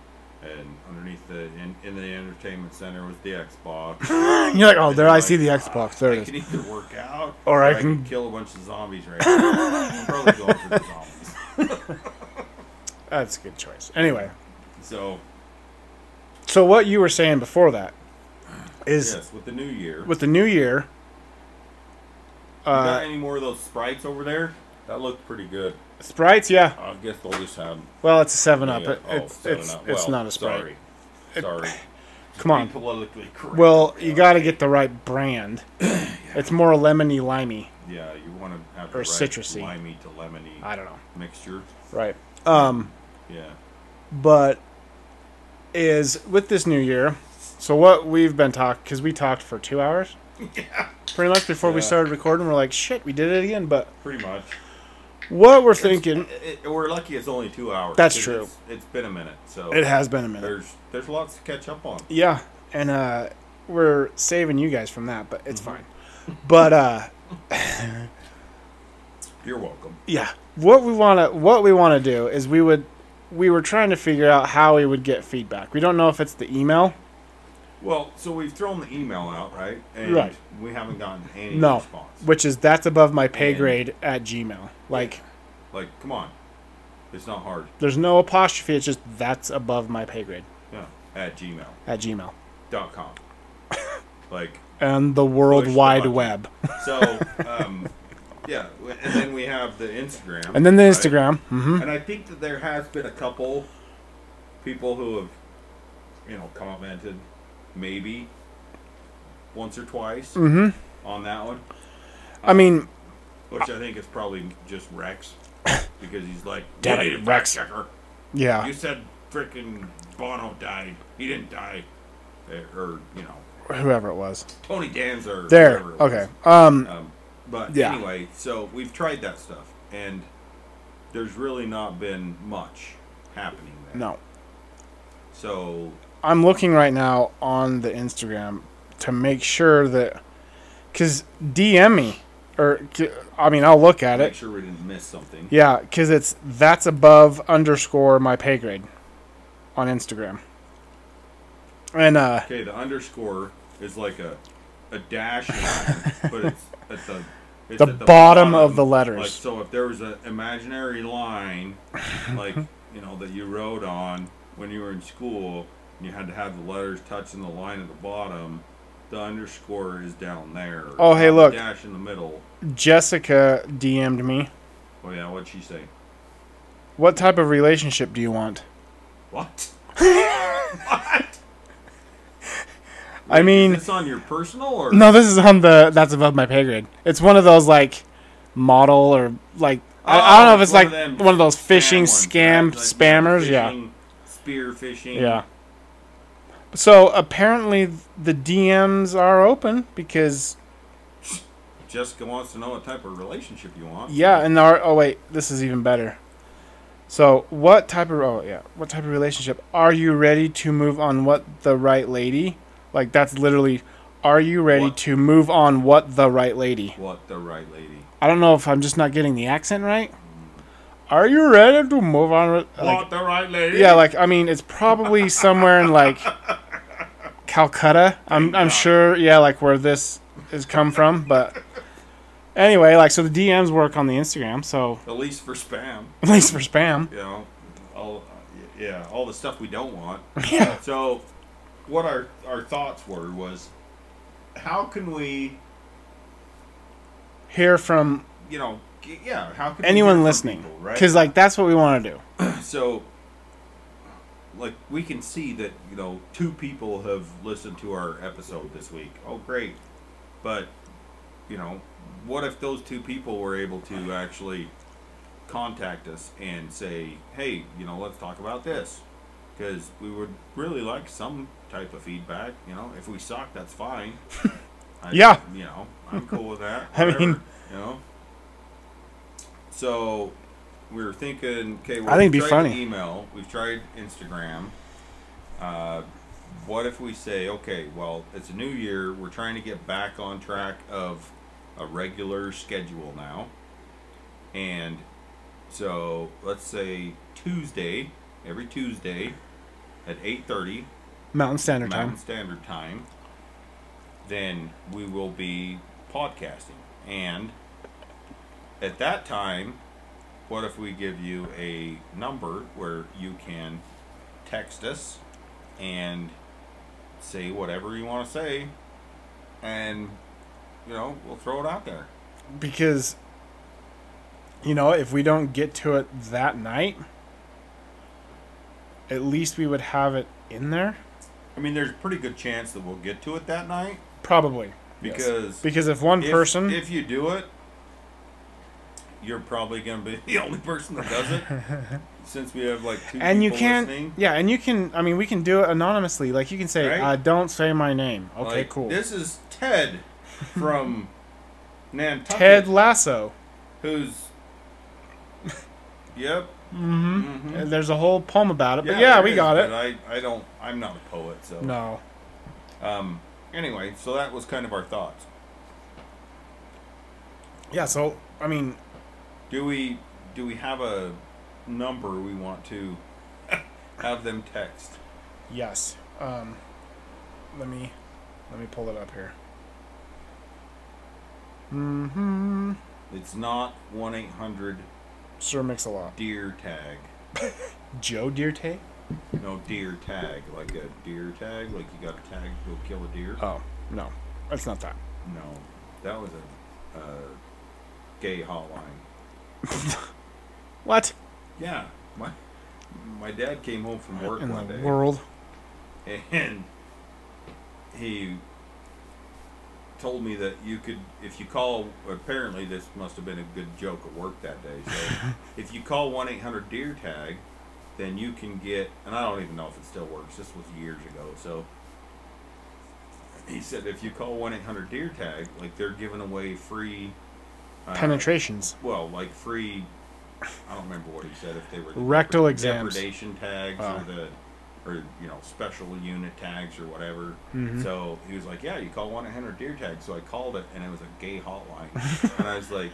[SPEAKER 2] And underneath the, in, in the entertainment center was the Xbox.
[SPEAKER 1] You're like, oh, there I
[SPEAKER 2] Like,
[SPEAKER 1] see the
[SPEAKER 2] ah,
[SPEAKER 1] Xbox. [laughs] There
[SPEAKER 2] I
[SPEAKER 1] it
[SPEAKER 2] can
[SPEAKER 1] is.
[SPEAKER 2] either work out
[SPEAKER 1] Or I
[SPEAKER 2] can
[SPEAKER 1] can-
[SPEAKER 2] kill a bunch of zombies right now. I'm probably going for the zombies. [laughs]
[SPEAKER 1] That's a good choice. Anyway,
[SPEAKER 2] So,
[SPEAKER 1] so what you were saying before that is
[SPEAKER 2] yes, with the new year.
[SPEAKER 1] with the new year.
[SPEAKER 2] You got
[SPEAKER 1] Uh,
[SPEAKER 2] any more of those sprites over there? That looked pretty good.
[SPEAKER 1] sprites, yeah.
[SPEAKER 2] I guess they'll just have.
[SPEAKER 1] Well, it's a seven up.
[SPEAKER 2] yeah,
[SPEAKER 1] It,
[SPEAKER 2] oh,
[SPEAKER 1] it's
[SPEAKER 2] seven
[SPEAKER 1] it's,
[SPEAKER 2] up.
[SPEAKER 1] it's
[SPEAKER 2] Well,
[SPEAKER 1] not a sprite.
[SPEAKER 2] Sorry, sorry.
[SPEAKER 1] [laughs] Come on.
[SPEAKER 2] Be politically correct.
[SPEAKER 1] Well, you
[SPEAKER 2] Yeah.
[SPEAKER 1] got to get the right
[SPEAKER 2] [clears throat]
[SPEAKER 1] brand. It's more lemony limey.
[SPEAKER 2] Yeah, you want to have the
[SPEAKER 1] or
[SPEAKER 2] right
[SPEAKER 1] citrusy.
[SPEAKER 2] limey to lemony
[SPEAKER 1] I don't know.
[SPEAKER 2] mixture.
[SPEAKER 1] Right. Um.
[SPEAKER 2] Yeah.
[SPEAKER 1] but is with this new year So what we've been talking, because we talked for two hours,
[SPEAKER 2] [laughs] yeah,
[SPEAKER 1] pretty much before we
[SPEAKER 2] Yeah.
[SPEAKER 1] started recording, we're like, shit, we did it again. But
[SPEAKER 2] pretty much.
[SPEAKER 1] what we're thinking,
[SPEAKER 2] It- it- we're lucky it's only two hours.
[SPEAKER 1] That's
[SPEAKER 2] 'cause
[SPEAKER 1] true.
[SPEAKER 2] It's, it's been a minute, so
[SPEAKER 1] it has been a minute.
[SPEAKER 2] there's there's lots to catch up on.
[SPEAKER 1] Yeah, and uh, we're saving you guys from that, but
[SPEAKER 2] Mm-hmm.
[SPEAKER 1] it's fine. But uh,
[SPEAKER 2] You're welcome.
[SPEAKER 1] yeah, what we wanna what we wanna do is we would we were trying to figure out how we would get feedback. We don't know if it's the email.
[SPEAKER 2] Well, so we've thrown the email out, right? And
[SPEAKER 1] Right.
[SPEAKER 2] We haven't gotten any
[SPEAKER 1] No.
[SPEAKER 2] response.
[SPEAKER 1] which is that's above my pay
[SPEAKER 2] And-
[SPEAKER 1] grade at Gmail. Like,
[SPEAKER 2] Like, come on, it's not hard.
[SPEAKER 1] there's no apostrophe. It's just that's above my pay grade
[SPEAKER 2] Yeah. At gmail.com.
[SPEAKER 1] at Gmail [laughs]
[SPEAKER 2] like,
[SPEAKER 1] and the World
[SPEAKER 2] Push the
[SPEAKER 1] Wide
[SPEAKER 2] button.
[SPEAKER 1] Web,
[SPEAKER 2] so, um, yeah, and then we have the Instagram.
[SPEAKER 1] and then the
[SPEAKER 2] right?
[SPEAKER 1] Instagram. hmm
[SPEAKER 2] And I think that there has been a couple people who have, you know, commented maybe once or twice
[SPEAKER 1] Mhm.
[SPEAKER 2] on that one,
[SPEAKER 1] I mean,
[SPEAKER 2] which I think is probably just Rex because he's like,
[SPEAKER 1] Damn it,
[SPEAKER 2] "You need a fact
[SPEAKER 1] Rex."
[SPEAKER 2] checker.
[SPEAKER 1] yeah,
[SPEAKER 2] You said freaking Bono died. He didn't die. Eh, Or, you know,
[SPEAKER 1] whoever it was.
[SPEAKER 2] Tony Danza or
[SPEAKER 1] There.
[SPEAKER 2] whoever it was.
[SPEAKER 1] Okay. Um.
[SPEAKER 2] Um, but
[SPEAKER 1] Yeah.
[SPEAKER 2] anyway, so we've tried that stuff, and there's really not been much happening there.
[SPEAKER 1] No,
[SPEAKER 2] So
[SPEAKER 1] I'm looking right now on the Instagram to make sure that, cause DM me or c- I mean I'll look at
[SPEAKER 2] make
[SPEAKER 1] it.
[SPEAKER 2] sure we didn't miss something.
[SPEAKER 1] Yeah, cause it's that's above underscore my pay grade on Instagram. And uh,
[SPEAKER 2] Okay, the underscore is like a
[SPEAKER 1] [laughs]
[SPEAKER 2] a dash, line, but it's at the it's
[SPEAKER 1] The
[SPEAKER 2] at
[SPEAKER 1] bottom of the letters.
[SPEAKER 2] Like, so if there was an imaginary line,
[SPEAKER 1] [laughs]
[SPEAKER 2] like you know that you wrote on when you were in school, and you had to have the letters touching the line at the bottom. The underscore is down there.
[SPEAKER 1] Oh, hey,
[SPEAKER 2] The
[SPEAKER 1] look.
[SPEAKER 2] Dash in the middle.
[SPEAKER 1] Jessica DM'd me.
[SPEAKER 2] Oh yeah, what'd she say?
[SPEAKER 1] What type of relationship do you want?
[SPEAKER 2] [laughs] What? what?
[SPEAKER 1] I mean,
[SPEAKER 2] Is this on your personal or
[SPEAKER 1] no, this is on the that's above my pay grade. It's one of those like model or like I, I
[SPEAKER 2] Oh,
[SPEAKER 1] don't know if it's
[SPEAKER 2] one
[SPEAKER 1] like
[SPEAKER 2] of them
[SPEAKER 1] one of those phishing scam
[SPEAKER 2] spam ones, right? Like,
[SPEAKER 1] spammers.
[SPEAKER 2] you know,
[SPEAKER 1] Yeah,
[SPEAKER 2] phishing, Spear phishing.
[SPEAKER 1] yeah. So apparently the DMs are open because
[SPEAKER 2] Jessica wants to know what type of relationship you want.
[SPEAKER 1] yeah, and are oh wait, this is even better. So what type of oh yeah, what type of relationship are you ready to move on? What the right lady? Like that's literally, are you ready
[SPEAKER 2] What?
[SPEAKER 1] to move on? What the right lady?
[SPEAKER 2] What the right lady?
[SPEAKER 1] I don't know if I'm just not getting the accent right. Are you ready to move on? with- Like,
[SPEAKER 2] what the right lady?
[SPEAKER 1] yeah, like I mean, it's probably somewhere in like Calcutta. I'm I'm
[SPEAKER 2] God.
[SPEAKER 1] sure. Yeah, like where this is come from. But anyway, like so the DMs work on the Instagram. So [laughs]
[SPEAKER 2] At least for spam,
[SPEAKER 1] at least for spam.
[SPEAKER 2] you know, all yeah, all the stuff we don't
[SPEAKER 1] [laughs]
[SPEAKER 2] want.
[SPEAKER 1] Yeah.
[SPEAKER 2] So, what our our thoughts were was, how can we,
[SPEAKER 1] Hear from
[SPEAKER 2] you know, g- yeah, how can we hear
[SPEAKER 1] anyone
[SPEAKER 2] from
[SPEAKER 1] listening
[SPEAKER 2] people, right?
[SPEAKER 1] because like that's what we want to do.
[SPEAKER 2] [clears throat] so like we can see that you know two people have listened to our episode this week oh great but you know what if those two people were able to actually contact us and say hey you know let's talk about this because we would really like some type of feedback you know if we suck that's fine
[SPEAKER 1] [laughs]
[SPEAKER 2] I,
[SPEAKER 1] Yeah.
[SPEAKER 2] you know i'm cool with that
[SPEAKER 1] [laughs] I mean-
[SPEAKER 2] whatever, you know so we were thinking, okay, well,
[SPEAKER 1] I think
[SPEAKER 2] we've
[SPEAKER 1] it'd be
[SPEAKER 2] tried
[SPEAKER 1] funny.
[SPEAKER 2] Email, we've tried Instagram. Uh, what if we say, okay, well, it's a new year. We're trying to get back on track of a regular schedule now, and so let's say Tuesday, every Tuesday at eight thirty
[SPEAKER 1] Mountain Standard
[SPEAKER 2] Mountain
[SPEAKER 1] Time.
[SPEAKER 2] Standard Time, then we will be podcasting. And at that time, what if we give you a number where you can text us and say whatever you want to say, and you know we'll throw it out there.
[SPEAKER 1] because you know if we don't get to it that night at least we would have it in there
[SPEAKER 2] I mean, there's a pretty good chance that we'll get to it that night
[SPEAKER 1] probably yes.
[SPEAKER 2] because
[SPEAKER 1] because if one
[SPEAKER 2] if,
[SPEAKER 1] person
[SPEAKER 2] If you
[SPEAKER 1] [laughs]
[SPEAKER 2] [laughs] do it, you're probably going to be the only person that does it. since we have like two
[SPEAKER 1] and you
[SPEAKER 2] people
[SPEAKER 1] can
[SPEAKER 2] listening,
[SPEAKER 1] yeah and you can i mean we can do it anonymously like you can say
[SPEAKER 2] Right.
[SPEAKER 1] uh, don't say my name okay
[SPEAKER 2] like,
[SPEAKER 1] cool
[SPEAKER 2] This is Ted
[SPEAKER 1] [laughs]
[SPEAKER 2] from Nantucket,
[SPEAKER 1] ted lasso [laughs]
[SPEAKER 2] who's yep.
[SPEAKER 1] hmm
[SPEAKER 2] mhm.
[SPEAKER 1] there's a whole poem about it but yeah,
[SPEAKER 2] there
[SPEAKER 1] we
[SPEAKER 2] is,
[SPEAKER 1] got
[SPEAKER 2] but
[SPEAKER 1] it
[SPEAKER 2] I, I don't. I'm not a poet, so
[SPEAKER 1] no
[SPEAKER 2] Um. Anyway, so that was kind of our thoughts.
[SPEAKER 1] yeah so i mean
[SPEAKER 2] Do we do we have a number we want to [laughs] have them text?
[SPEAKER 1] yes um let me let me pull it up here mm-hmm
[SPEAKER 2] It's not one eight hundred
[SPEAKER 1] sure mix a lot
[SPEAKER 2] deer tag.
[SPEAKER 1] joe Dirte?
[SPEAKER 2] No deer tag, like a deer tag, like you got a tag to go kill a deer.
[SPEAKER 1] oh no it's not that
[SPEAKER 2] No, that was a, a gay hotline.
[SPEAKER 1] what
[SPEAKER 2] Yeah, my my dad came home from work
[SPEAKER 1] in
[SPEAKER 2] one
[SPEAKER 1] the
[SPEAKER 2] day.
[SPEAKER 1] world
[SPEAKER 2] and he told me that you could if you call apparently this must have been a good joke at work that day so if you call 1-800 deer tag then you can get and i don't even know if it still works this was years ago so he said if you call 1-800 deer tag like they're giving away free uh,
[SPEAKER 1] penetrations
[SPEAKER 2] well like free i don't remember what he said if they were the
[SPEAKER 1] Rectal
[SPEAKER 2] depre-
[SPEAKER 1] exams.
[SPEAKER 2] depredation tags
[SPEAKER 1] Oh.
[SPEAKER 2] or the or you know special unit tags or whatever
[SPEAKER 1] Mhm.
[SPEAKER 2] so he was like yeah you call 1-800 deer tag so i called it and it was a
[SPEAKER 1] [laughs]
[SPEAKER 2] gay hotline and i was like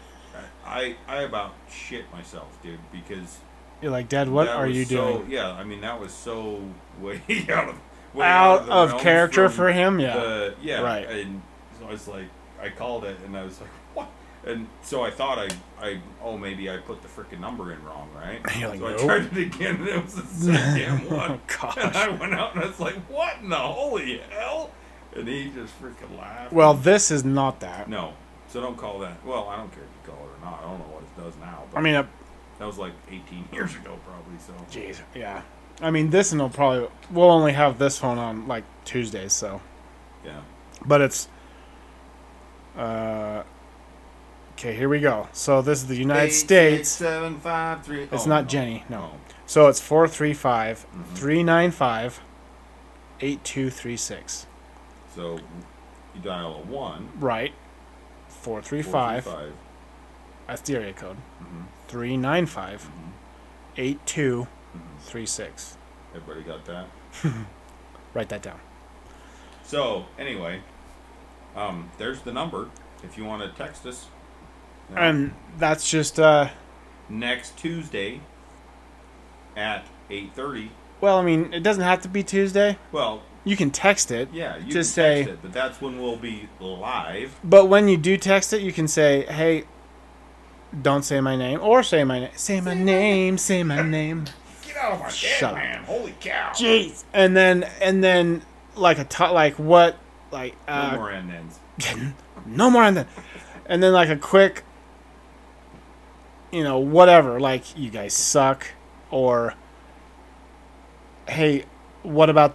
[SPEAKER 2] i i about shit myself dude because
[SPEAKER 1] you're like dad what
[SPEAKER 2] that
[SPEAKER 1] are
[SPEAKER 2] was
[SPEAKER 1] you
[SPEAKER 2] so, e-
[SPEAKER 1] doing
[SPEAKER 2] yeah i mean that was so [laughs] way out of way
[SPEAKER 1] out
[SPEAKER 2] the
[SPEAKER 1] of
[SPEAKER 2] realm
[SPEAKER 1] character
[SPEAKER 2] from
[SPEAKER 1] for him yeah
[SPEAKER 2] the- yeah.
[SPEAKER 1] Right.
[SPEAKER 2] And so I was like, I called it, and I was like, what? And so I thought I, I, oh, maybe I put the freaking number in wrong, right?
[SPEAKER 1] [laughs] You're like,
[SPEAKER 2] so
[SPEAKER 1] nope.
[SPEAKER 2] I tried it again, and it was the
[SPEAKER 1] [laughs]
[SPEAKER 2] same damn
[SPEAKER 1] oh
[SPEAKER 2] one. And I
[SPEAKER 1] gosh
[SPEAKER 2] went out, and I was like, what in the holy hell? And he just freaking laughed.
[SPEAKER 1] well this is not that
[SPEAKER 2] no. So don't call that. Well, I don't care if you call it or not. I don't know what it does now. But
[SPEAKER 1] i mean uh,
[SPEAKER 2] that was like 18 years ago, probably. So
[SPEAKER 1] Jeez, yeah. I mean, this and will probably we'll only have this phone on like Tuesdays, so.
[SPEAKER 2] yeah.
[SPEAKER 1] But it's. Uh, okay, here we go. So this is the United States.
[SPEAKER 2] seven five three.
[SPEAKER 1] It's
[SPEAKER 2] oh,
[SPEAKER 1] not
[SPEAKER 2] no.
[SPEAKER 1] Jenny, no.
[SPEAKER 2] Oh.
[SPEAKER 1] So it's 435
[SPEAKER 2] Mm-hmm.
[SPEAKER 1] 395 8236.
[SPEAKER 2] So you dial a one.
[SPEAKER 1] Right.
[SPEAKER 2] four,
[SPEAKER 1] 435.
[SPEAKER 2] three, five.
[SPEAKER 1] That's the area code.
[SPEAKER 2] Mhm.
[SPEAKER 1] 395
[SPEAKER 2] Mm-hmm. Mhm.
[SPEAKER 1] 8236.
[SPEAKER 2] Everybody got that?
[SPEAKER 1] Write that down.
[SPEAKER 2] So, anyway, um, there's the number if you want to text us. Uh,
[SPEAKER 1] And that's just. uh
[SPEAKER 2] next Tuesday at 8.30.
[SPEAKER 1] Well, I mean, it doesn't have to be Tuesday.
[SPEAKER 2] Well,
[SPEAKER 1] You can text it.
[SPEAKER 2] yeah, you
[SPEAKER 1] Just
[SPEAKER 2] can
[SPEAKER 1] say-
[SPEAKER 2] text it, but that's when we'll be live.
[SPEAKER 1] But when you do text it, you can say, "Hey, don't say my name," or "Say my name, say my name, say [laughs] my name."
[SPEAKER 2] Get out of my
[SPEAKER 1] Shut up.
[SPEAKER 2] Holy cow.
[SPEAKER 1] Jeez. And then, and then, like a t- like what, like
[SPEAKER 2] No
[SPEAKER 1] uh,
[SPEAKER 2] more end ends.
[SPEAKER 1] no more, and then, and then like a quick, you know, whatever, like you guys suck, or hey, what about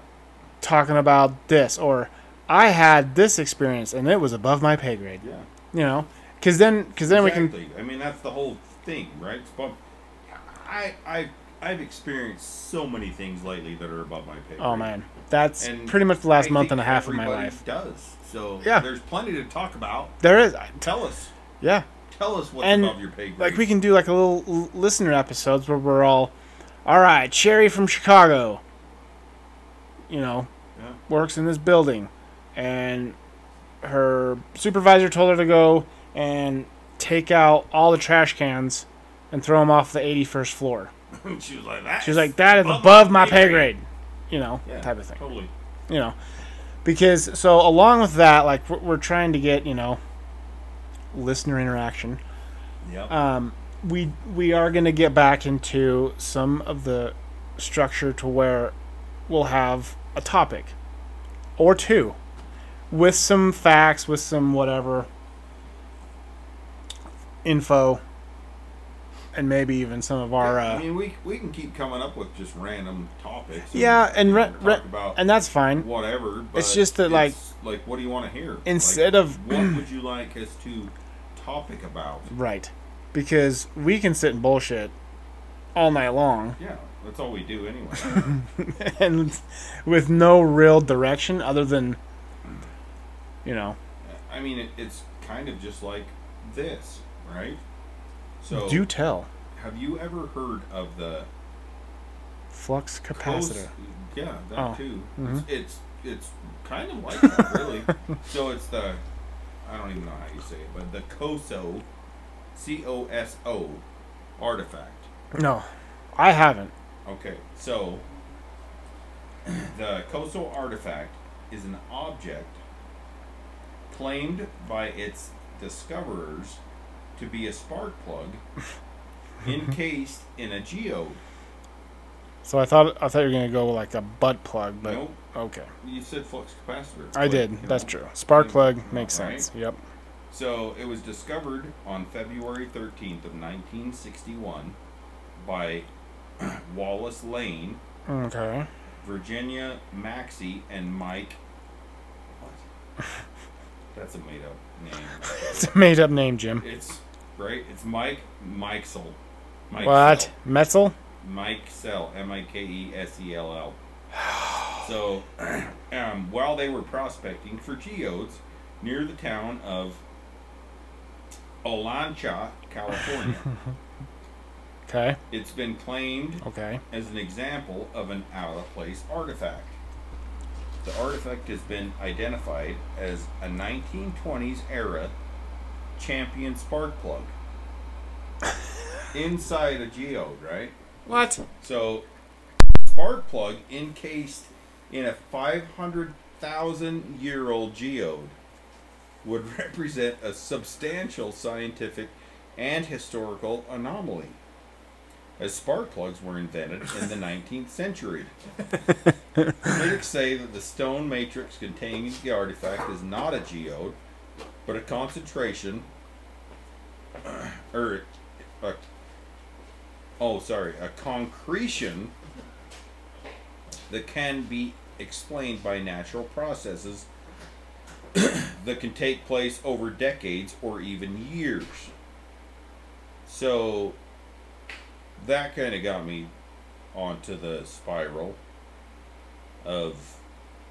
[SPEAKER 1] talking about this, or I had this experience and it was above my pay grade,
[SPEAKER 2] Yeah.
[SPEAKER 1] you know, because then, because then we can
[SPEAKER 2] exactly. I mean, that's the whole thing, right? It's bump- I, I, I've experienced so many things lately that are above my pay
[SPEAKER 1] Oh
[SPEAKER 2] grade.
[SPEAKER 1] man, that's
[SPEAKER 2] And
[SPEAKER 1] pretty much the last
[SPEAKER 2] I
[SPEAKER 1] month
[SPEAKER 2] think
[SPEAKER 1] and a half of my
[SPEAKER 2] everybody
[SPEAKER 1] life.
[SPEAKER 2] Does so.
[SPEAKER 1] Yeah.
[SPEAKER 2] There's plenty to talk about.
[SPEAKER 1] There is, I-
[SPEAKER 2] Tell us.
[SPEAKER 1] yeah.
[SPEAKER 2] Tell us what's
[SPEAKER 1] And,
[SPEAKER 2] above your pay grade.
[SPEAKER 1] Like we can do like a little l- listener episodes where we're all, all right, Sherry from Chicago. You know,
[SPEAKER 2] Yeah.
[SPEAKER 1] works in this building, and her supervisor told her to go and take out all the trash cans and throw them off the 81st floor.
[SPEAKER 2] [laughs] she was like that.
[SPEAKER 1] She was like, "That is above my pay grade," you know,
[SPEAKER 2] Yeah,
[SPEAKER 1] type of thing.
[SPEAKER 2] Totally.
[SPEAKER 1] you know because so along with that like we're, we're trying to get you know listener interaction
[SPEAKER 2] Yep.
[SPEAKER 1] um we we are going to get back into some of the structure to where we'll have a topic or two with some facts with some whatever info and maybe even some of our
[SPEAKER 2] I
[SPEAKER 1] uh,
[SPEAKER 2] mean, we we can keep coming up with just random topics.
[SPEAKER 1] yeah and re-
[SPEAKER 2] talk
[SPEAKER 1] re-
[SPEAKER 2] about
[SPEAKER 1] and that's fine
[SPEAKER 2] whatever. But
[SPEAKER 1] It's just that, like-
[SPEAKER 2] it's like what do you want to hear? Like,
[SPEAKER 1] instead of-
[SPEAKER 2] what would you like us to topic about?
[SPEAKER 1] Right. Because we can sit and bullshit all night long [laughs]
[SPEAKER 2] Yeah, that's all we do anyway.
[SPEAKER 1] and with no real direction other than you know
[SPEAKER 2] I mean, it, it's kind of just like this, right? So,
[SPEAKER 1] do tell
[SPEAKER 2] have you ever heard of the
[SPEAKER 1] flux capacitor
[SPEAKER 2] Close- yeah, that
[SPEAKER 1] Oh,
[SPEAKER 2] too.
[SPEAKER 1] mhm.
[SPEAKER 2] It's, it's it's kind of like
[SPEAKER 1] [laughs]
[SPEAKER 2] that, really. so it's the I don't even know how you say it, but the COSO, C O S O, artifact.
[SPEAKER 1] no i haven't
[SPEAKER 2] Okay, so [clears throat] the COSO artifact is an object claimed by its discoverers to be a spark
[SPEAKER 1] [laughs]
[SPEAKER 2] plug encased in a geode.
[SPEAKER 1] so i thought i thought you were gonna go like a butt plug but
[SPEAKER 2] nope,
[SPEAKER 1] okay
[SPEAKER 2] you said flux capacitor.
[SPEAKER 1] i
[SPEAKER 2] but,
[SPEAKER 1] did
[SPEAKER 2] you know.
[SPEAKER 1] that's true spark
[SPEAKER 2] Yeah,
[SPEAKER 1] plug makes
[SPEAKER 2] alright.
[SPEAKER 1] sense yep
[SPEAKER 2] So it was discovered on February 13th of 1961 by [clears throat] Wallace Lane,
[SPEAKER 1] okay [laughs]
[SPEAKER 2] Virginia Maxey, and Mike. What? That's a made-up name.
[SPEAKER 1] it's a made-up name jim
[SPEAKER 2] It's right. It's Mike Mikesell. Mike
[SPEAKER 1] what metzel
[SPEAKER 2] Mike Sell, M I K E S E L L. So, [clears throat] um, while they were prospecting for geodes near the town of Olancha, California,
[SPEAKER 1] okay
[SPEAKER 2] it's been claimed
[SPEAKER 1] okay
[SPEAKER 2] as an example of an out of place artifact. The artifact has been identified as a 1920s era champion spark plug inside a geode, right?
[SPEAKER 1] what
[SPEAKER 2] So, spark plug encased in a 500,000 year old geode would [laughs] represent a substantial scientific and historical anomaly, as spark plugs were invented in the 19th century. Critics say that the stone matrix containing the artifact is not a geode, but a concentration, [clears throat] or a oh sorry a concretion that can be explained by natural processes [coughs] that can take place over decades or even years so that kind of got me onto the spiral of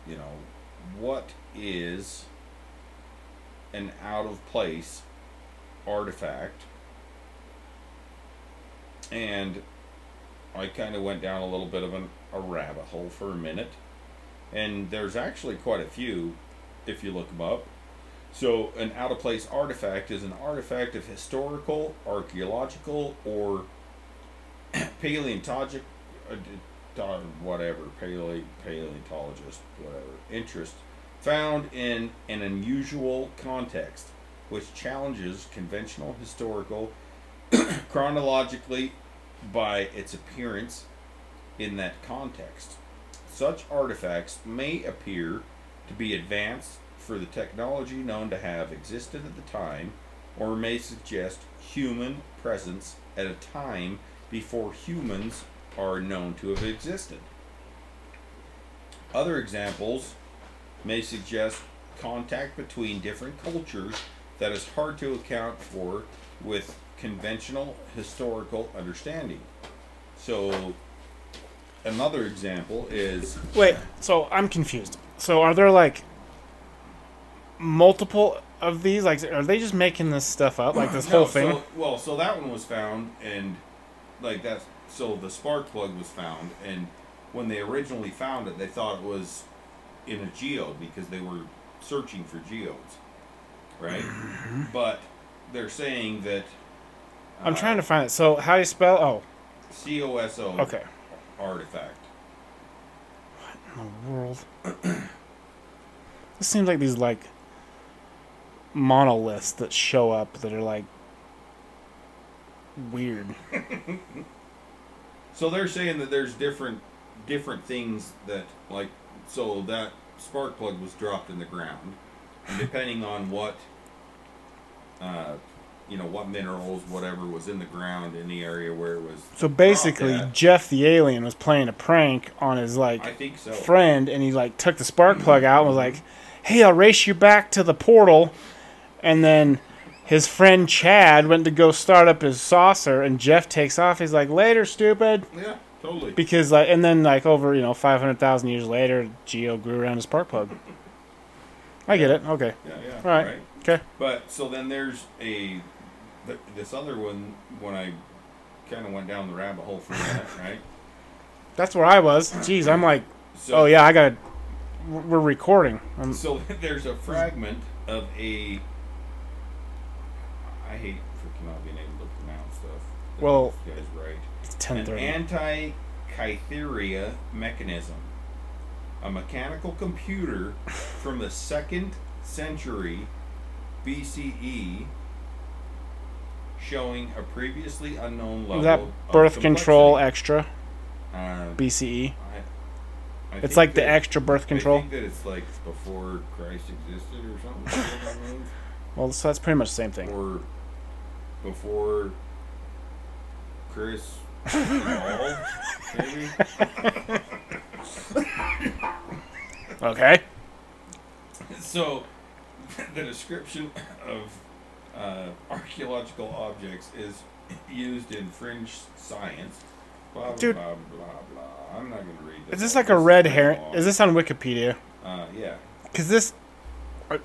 [SPEAKER 2] you know what is an out of place artifact and I kind of went down a little bit of an, a rabbit hole for a minute. And there's actually quite a few if you look them up. So, an out of place artifact is an artifact of historical, archaeological, or [clears throat] paleontologic, uh, d- uh, whatever, paleo, paleontologist, whatever, interest found in an unusual context which challenges conventional historical [clears throat] chronologically by its appearance in that context. Such artifacts may appear to be advanced for the technology known to have existed at the time, or may suggest human presence at a time before humans are known to have existed. Other examples may suggest contact between different cultures that is hard to account for with conventional historical understanding. So, another example is
[SPEAKER 1] Wait, so I'm confused. So are there like multiple of these? Like, are they just making this stuff up? Like this
[SPEAKER 2] [clears throat] No,
[SPEAKER 1] whole thing?
[SPEAKER 2] So, well, so that one was found, and like that's so the spark plug was found, and when they originally found it, they thought it was in a geode because they were searching for geodes, right? But they're saying that
[SPEAKER 1] Mm-hmm. I'm trying to
[SPEAKER 2] uh,
[SPEAKER 1] find it. So how do you spell? Oh,
[SPEAKER 2] COSO
[SPEAKER 1] okay.
[SPEAKER 2] artifact.
[SPEAKER 1] In the world. this seems like these like monoliths that show up that are like weird.
[SPEAKER 2] So they're saying that there's different different things that like so that spark plug was dropped in the ground, and depending on what uh, you know what minerals whatever was in the ground in the area where it was.
[SPEAKER 1] So basically,
[SPEAKER 2] dropped at,
[SPEAKER 1] Jeff the alien was playing a prank on his like
[SPEAKER 2] I think so.
[SPEAKER 1] friend and he like took the spark plug out and was like, "Hey, I'll race you back to the portal," and then His friend Chad went to go start up his saucer, and Jeff takes off. He's like, "Later, stupid,"
[SPEAKER 2] Yeah, totally.
[SPEAKER 1] because like, and then like over you know five hundred thousand years later, Geo grew around his spark plug. I get it. Okay.
[SPEAKER 2] yeah, yeah.
[SPEAKER 1] All right.
[SPEAKER 2] right.
[SPEAKER 1] Okay.
[SPEAKER 2] But so then there's a th- this other one when I kind of went down the rabbit hole for that,
[SPEAKER 1] [laughs]
[SPEAKER 2] right?
[SPEAKER 1] That's where I was. Jeez, I'm like,
[SPEAKER 2] So,
[SPEAKER 1] oh yeah, I got. We're recording. I'm,
[SPEAKER 2] So [laughs] there's a fragment of a. I hate freaking not being able to pronounce stuff. that
[SPEAKER 1] Well,
[SPEAKER 2] this guy's right.
[SPEAKER 1] it's
[SPEAKER 2] An
[SPEAKER 1] ten thirty.
[SPEAKER 2] anti-kytheria mechanism, a mechanical computer from the second century BCE, showing a previously unknown level.
[SPEAKER 1] Is that
[SPEAKER 2] of
[SPEAKER 1] birth control
[SPEAKER 2] complexity.
[SPEAKER 1] extra
[SPEAKER 2] Uh,
[SPEAKER 1] BCE?
[SPEAKER 2] I- I
[SPEAKER 1] It's
[SPEAKER 2] think
[SPEAKER 1] like the
[SPEAKER 2] that-
[SPEAKER 1] extra birth
[SPEAKER 2] I
[SPEAKER 1] control.
[SPEAKER 2] think that it's like before Christ existed or something. you know what I mean?
[SPEAKER 1] [laughs] Well, so that's pretty much the same thing.
[SPEAKER 2] or before Chris evolved, maybe.
[SPEAKER 1] Okay.
[SPEAKER 2] [laughs] So, [laughs] the description of uh, archaeological objects is used in fringe science. Blah blah
[SPEAKER 1] Dude.
[SPEAKER 2] blah blah blah. I'm not gonna read this.
[SPEAKER 1] Is this
[SPEAKER 2] all.
[SPEAKER 1] like a red
[SPEAKER 2] is
[SPEAKER 1] herring?
[SPEAKER 2] long.
[SPEAKER 1] Is this on Wikipedia?
[SPEAKER 2] Uh, yeah.
[SPEAKER 1] Because this, I've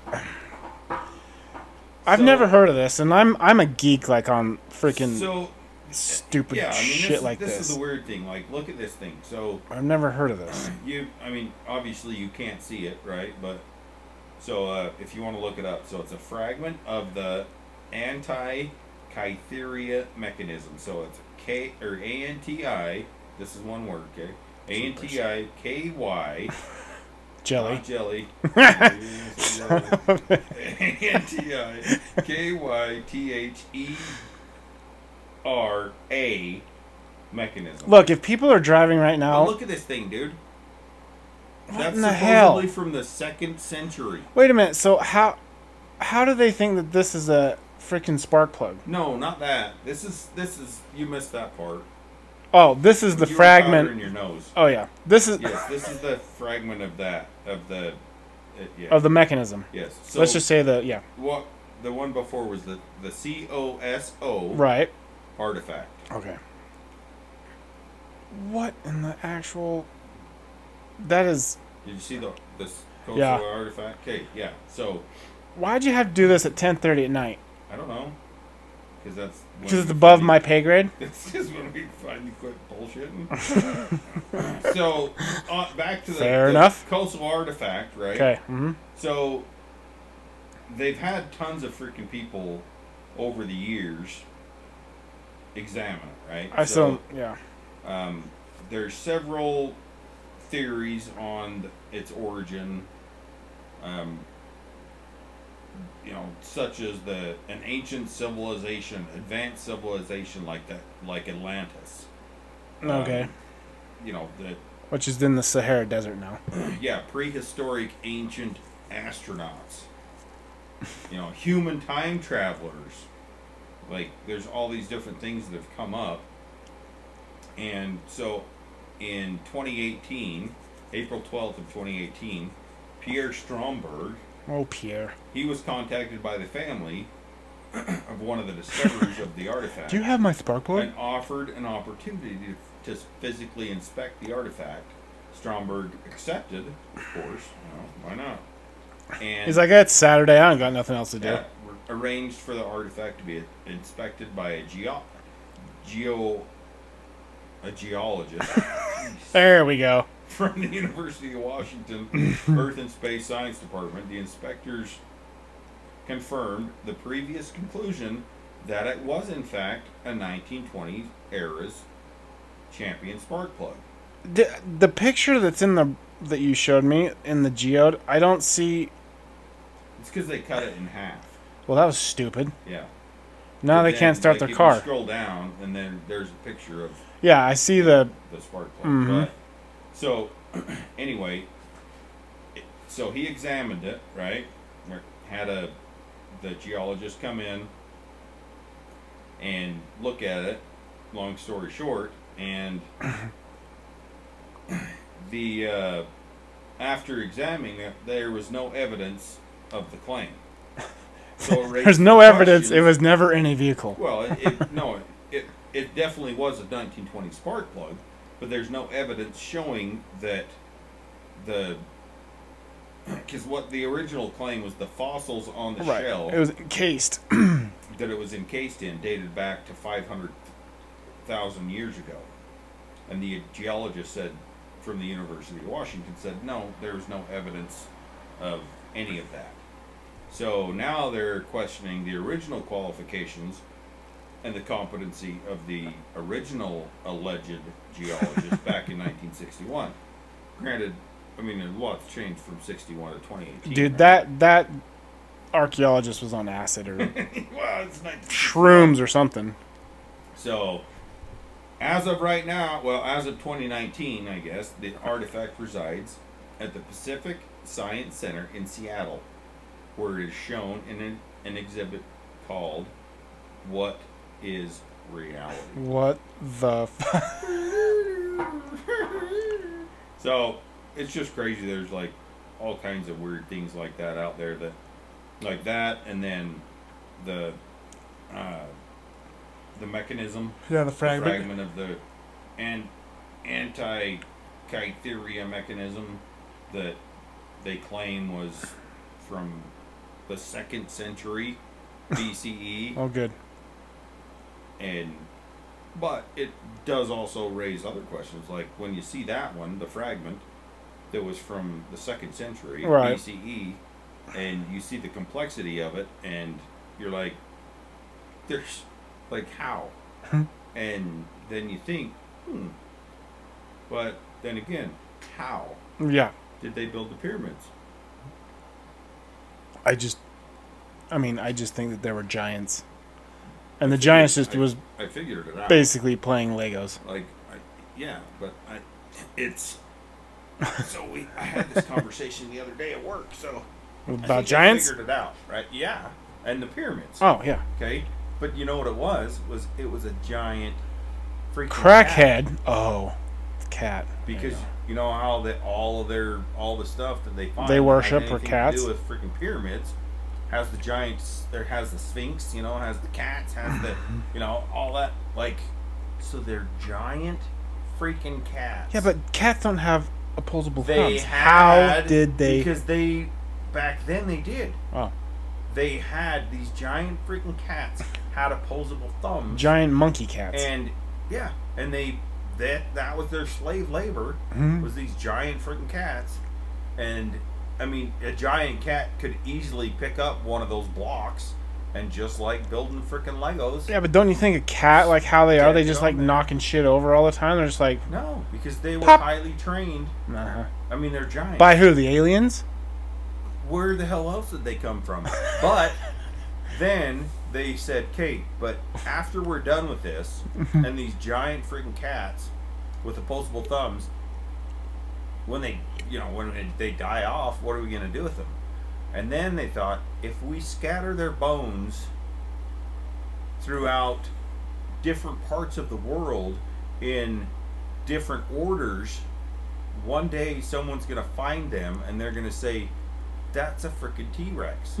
[SPEAKER 2] So-
[SPEAKER 1] never heard of this, and I'm I'm a geek like on freaking
[SPEAKER 2] so
[SPEAKER 1] stupid
[SPEAKER 2] yeah, I mean,
[SPEAKER 1] shit
[SPEAKER 2] this,
[SPEAKER 1] like
[SPEAKER 2] this
[SPEAKER 1] this.
[SPEAKER 2] is the weird thing. Like, look at this thing. So
[SPEAKER 1] I've never heard of this.
[SPEAKER 2] You, I mean, obviously you can't see it, right? But so uh, if you want to look it up, so it's a fragment of the anti-kytheria mechanism. So it's K or A N T I. This is one word, okay? A N T I K Y
[SPEAKER 1] Jelly.
[SPEAKER 2] jelly. A N T I K Y T H E R A mechanism.
[SPEAKER 1] [laughs] Look, if people are driving right
[SPEAKER 2] But
[SPEAKER 1] now,
[SPEAKER 2] Oh, look at this thing, dude.
[SPEAKER 1] What
[SPEAKER 2] That's
[SPEAKER 1] in the
[SPEAKER 2] supposedly
[SPEAKER 1] hell?
[SPEAKER 2] from the second century.
[SPEAKER 1] wait a minute. So how how do they think that this is a freaking spark plug?
[SPEAKER 2] No, not that. This is this is you missed that part.
[SPEAKER 1] Oh, this is the
[SPEAKER 2] You were powdering
[SPEAKER 1] fragment.
[SPEAKER 2] your nose.
[SPEAKER 1] Oh yeah, this is
[SPEAKER 2] Yes, this is the fragment of that of the uh, yeah.
[SPEAKER 1] of the mechanism.
[SPEAKER 2] yes. So
[SPEAKER 1] Let's just say the yeah
[SPEAKER 2] what the one before was the the C O S O
[SPEAKER 1] right.
[SPEAKER 2] artifact.
[SPEAKER 1] Okay. What in the actual? That is.
[SPEAKER 2] Did you see the this cultural
[SPEAKER 1] Yeah.
[SPEAKER 2] artifact? Okay, yeah. So
[SPEAKER 1] Why'd you have to do this at ten thirty at night?
[SPEAKER 2] I don't know because that's when
[SPEAKER 1] Because it's
[SPEAKER 2] we
[SPEAKER 1] above
[SPEAKER 2] find-
[SPEAKER 1] my pay grade.
[SPEAKER 2] This is when we finally quit
[SPEAKER 1] [laughs]
[SPEAKER 2] bullshitting. so uh, back to the,
[SPEAKER 1] Fair
[SPEAKER 2] the
[SPEAKER 1] enough.
[SPEAKER 2] coastal artifact, right?
[SPEAKER 1] Okay. Mm-hmm.
[SPEAKER 2] So they've had tons of freaking people over the years examine it, right?
[SPEAKER 1] I
[SPEAKER 2] so
[SPEAKER 1] still. Yeah.
[SPEAKER 2] um, there's several theories on th- its origin. Um, you know, such as the an ancient civilization, advanced civilization like that, like Atlantis. Um,
[SPEAKER 1] Okay.
[SPEAKER 2] you know the
[SPEAKER 1] Which is in the Sahara Desert now.
[SPEAKER 2] yeah, prehistoric ancient astronauts. You know, human time travelers. Like, there's all these different things that have come up. And so, in 2018, April 12th of 2018, Pierre Stromberg,
[SPEAKER 1] Oh, Pierre.
[SPEAKER 2] he was contacted by the family [clears throat] of one of the discoverers of the
[SPEAKER 1] [laughs]
[SPEAKER 2] artifact
[SPEAKER 1] Do you have my spark plug?
[SPEAKER 2] and offered an opportunity to, to physically inspect the artifact. Stromberg accepted, of course. You know, why not? And
[SPEAKER 1] He's like, it's Saturday. I don't got nothing else to do.
[SPEAKER 2] yeah, arranged for the artifact to be inspected by a geo, geo, a geologist
[SPEAKER 1] There we go.
[SPEAKER 2] [laughs] from the University of Washington
[SPEAKER 1] [laughs]
[SPEAKER 2] Earth and Space Science Department, the inspectors confirmed the previous conclusion that it was, in fact, a 1920s era's champion spark plug.
[SPEAKER 1] The, the picture that's in the that you showed me in the geode, I don't see.
[SPEAKER 2] It's because they cut it in half.
[SPEAKER 1] Well, that was stupid.
[SPEAKER 2] Yeah.
[SPEAKER 1] Now they
[SPEAKER 2] Then,
[SPEAKER 1] can't start
[SPEAKER 2] like,
[SPEAKER 1] their
[SPEAKER 2] if you
[SPEAKER 1] car.
[SPEAKER 2] Scroll down, and then there's a picture of
[SPEAKER 1] Yeah, I see the.
[SPEAKER 2] the spark plug.
[SPEAKER 1] Mhm.
[SPEAKER 2] But, so, [clears throat] anyway, it- so he examined it, right? Or Had a the geologist come in and look at it. Long story short, and [coughs] the uh,
[SPEAKER 1] [laughs]
[SPEAKER 2] after examining it, there was no evidence of the claim. So it raises
[SPEAKER 1] There's no
[SPEAKER 2] the
[SPEAKER 1] evidence. It
[SPEAKER 2] question-
[SPEAKER 1] was never in a vehicle.
[SPEAKER 2] Well, it,
[SPEAKER 1] [laughs]
[SPEAKER 2] it, no, it, it definitely was a 1920 spark plug, but there's no evidence showing that the. [clears throat] Because what the original claim was the fossils on the
[SPEAKER 1] Right.
[SPEAKER 2] shell
[SPEAKER 1] It was encased.
[SPEAKER 2] that it was encased in dated back to 500,000 years ago. And the geologist said, from the University of Washington, said, no, there's no evidence of any of that. So now they're questioning the original qualifications and the competency of the original alleged geologist back in 1961. Granted, I mean, a lot's changed from 61 to 2018.
[SPEAKER 1] Dude,
[SPEAKER 2] right?
[SPEAKER 1] that that archaeologist was on acid
[SPEAKER 2] [laughs]
[SPEAKER 1] or
[SPEAKER 2] well, it's 1961.
[SPEAKER 1] shrooms or something.
[SPEAKER 2] So, as of right now, well, as of 2019, I guess, the artifact resides at the Pacific Science Center in Seattle, where it is shown in an, an exhibit called What is Reality?
[SPEAKER 1] What the f-
[SPEAKER 2] So, it's just crazy. There's like all kinds of weird things like that out there that, like that, and then the, uh, the mechanism
[SPEAKER 1] [laughs] Yeah, the
[SPEAKER 2] fragment,
[SPEAKER 1] fragment.
[SPEAKER 2] of the an, anti-kytheria mechanism that they claim was from the second century E. BCE,
[SPEAKER 1] [laughs] Oh good.
[SPEAKER 2] and but it does also raise other questions, like when you see that one, the fragment that was from the second century
[SPEAKER 1] Right.
[SPEAKER 2] BCE, and you see the complexity of it, and you're like, there's like how and then you think, hmm. But then again, how
[SPEAKER 1] Yeah.
[SPEAKER 2] did they build the pyramids?
[SPEAKER 1] I just I mean, I just think that there were giants. And the giants just
[SPEAKER 2] I-
[SPEAKER 1] was
[SPEAKER 2] I figured it out.
[SPEAKER 1] basically playing Legos.
[SPEAKER 2] Like, I, yeah, but I, it's. so we, I had this conversation the other day at work. So I think
[SPEAKER 1] About
[SPEAKER 2] I
[SPEAKER 1] giants?
[SPEAKER 2] figured it out, right? Yeah, and the pyramids.
[SPEAKER 1] Oh yeah.
[SPEAKER 2] Okay, but you know what it was? Was it was a giant freaking cat.
[SPEAKER 1] Crackhead. Oh. Cat.
[SPEAKER 2] because you know how that all of their all the stuff that they find
[SPEAKER 1] They
[SPEAKER 2] that
[SPEAKER 1] worship
[SPEAKER 2] has
[SPEAKER 1] for
[SPEAKER 2] anything
[SPEAKER 1] cats?
[SPEAKER 2] To do with freaking pyramids has the giants there has the sphinx you know has the cats has the you know all that like so they're giant freaking cats
[SPEAKER 1] Yeah, but cats don't have opposable
[SPEAKER 2] they
[SPEAKER 1] thumbs. How
[SPEAKER 2] had,
[SPEAKER 1] did they
[SPEAKER 2] because they back then they did
[SPEAKER 1] Oh.
[SPEAKER 2] they had these giant freaking cats had opposable thumbs
[SPEAKER 1] Giant monkey cats.
[SPEAKER 2] and yeah and they that that was their slave labor
[SPEAKER 1] Mhm.
[SPEAKER 2] was these giant freaking cats and i mean a giant cat could easily pick up one of those blocks and just like building freaking legos
[SPEAKER 1] Yeah, but don't you think a cat like how they are? They
[SPEAKER 2] Yeah,
[SPEAKER 1] just
[SPEAKER 2] no,
[SPEAKER 1] like
[SPEAKER 2] man.
[SPEAKER 1] knocking shit over all the time. They're just like,
[SPEAKER 2] no because they were
[SPEAKER 1] Pop.
[SPEAKER 2] highly trained
[SPEAKER 1] uh
[SPEAKER 2] i mean they're giant
[SPEAKER 1] by who? The aliens?
[SPEAKER 2] where the hell else did they come from but then they said kate but after we're done with this and these giant freaking cats with opposable thumbs when they you know when they die off what are we going to do with them and then they thought if we scatter their bones throughout different parts of the world in different orders one day someone's going to find them and they're going to say that's a freaking
[SPEAKER 1] [laughs]
[SPEAKER 2] t-rex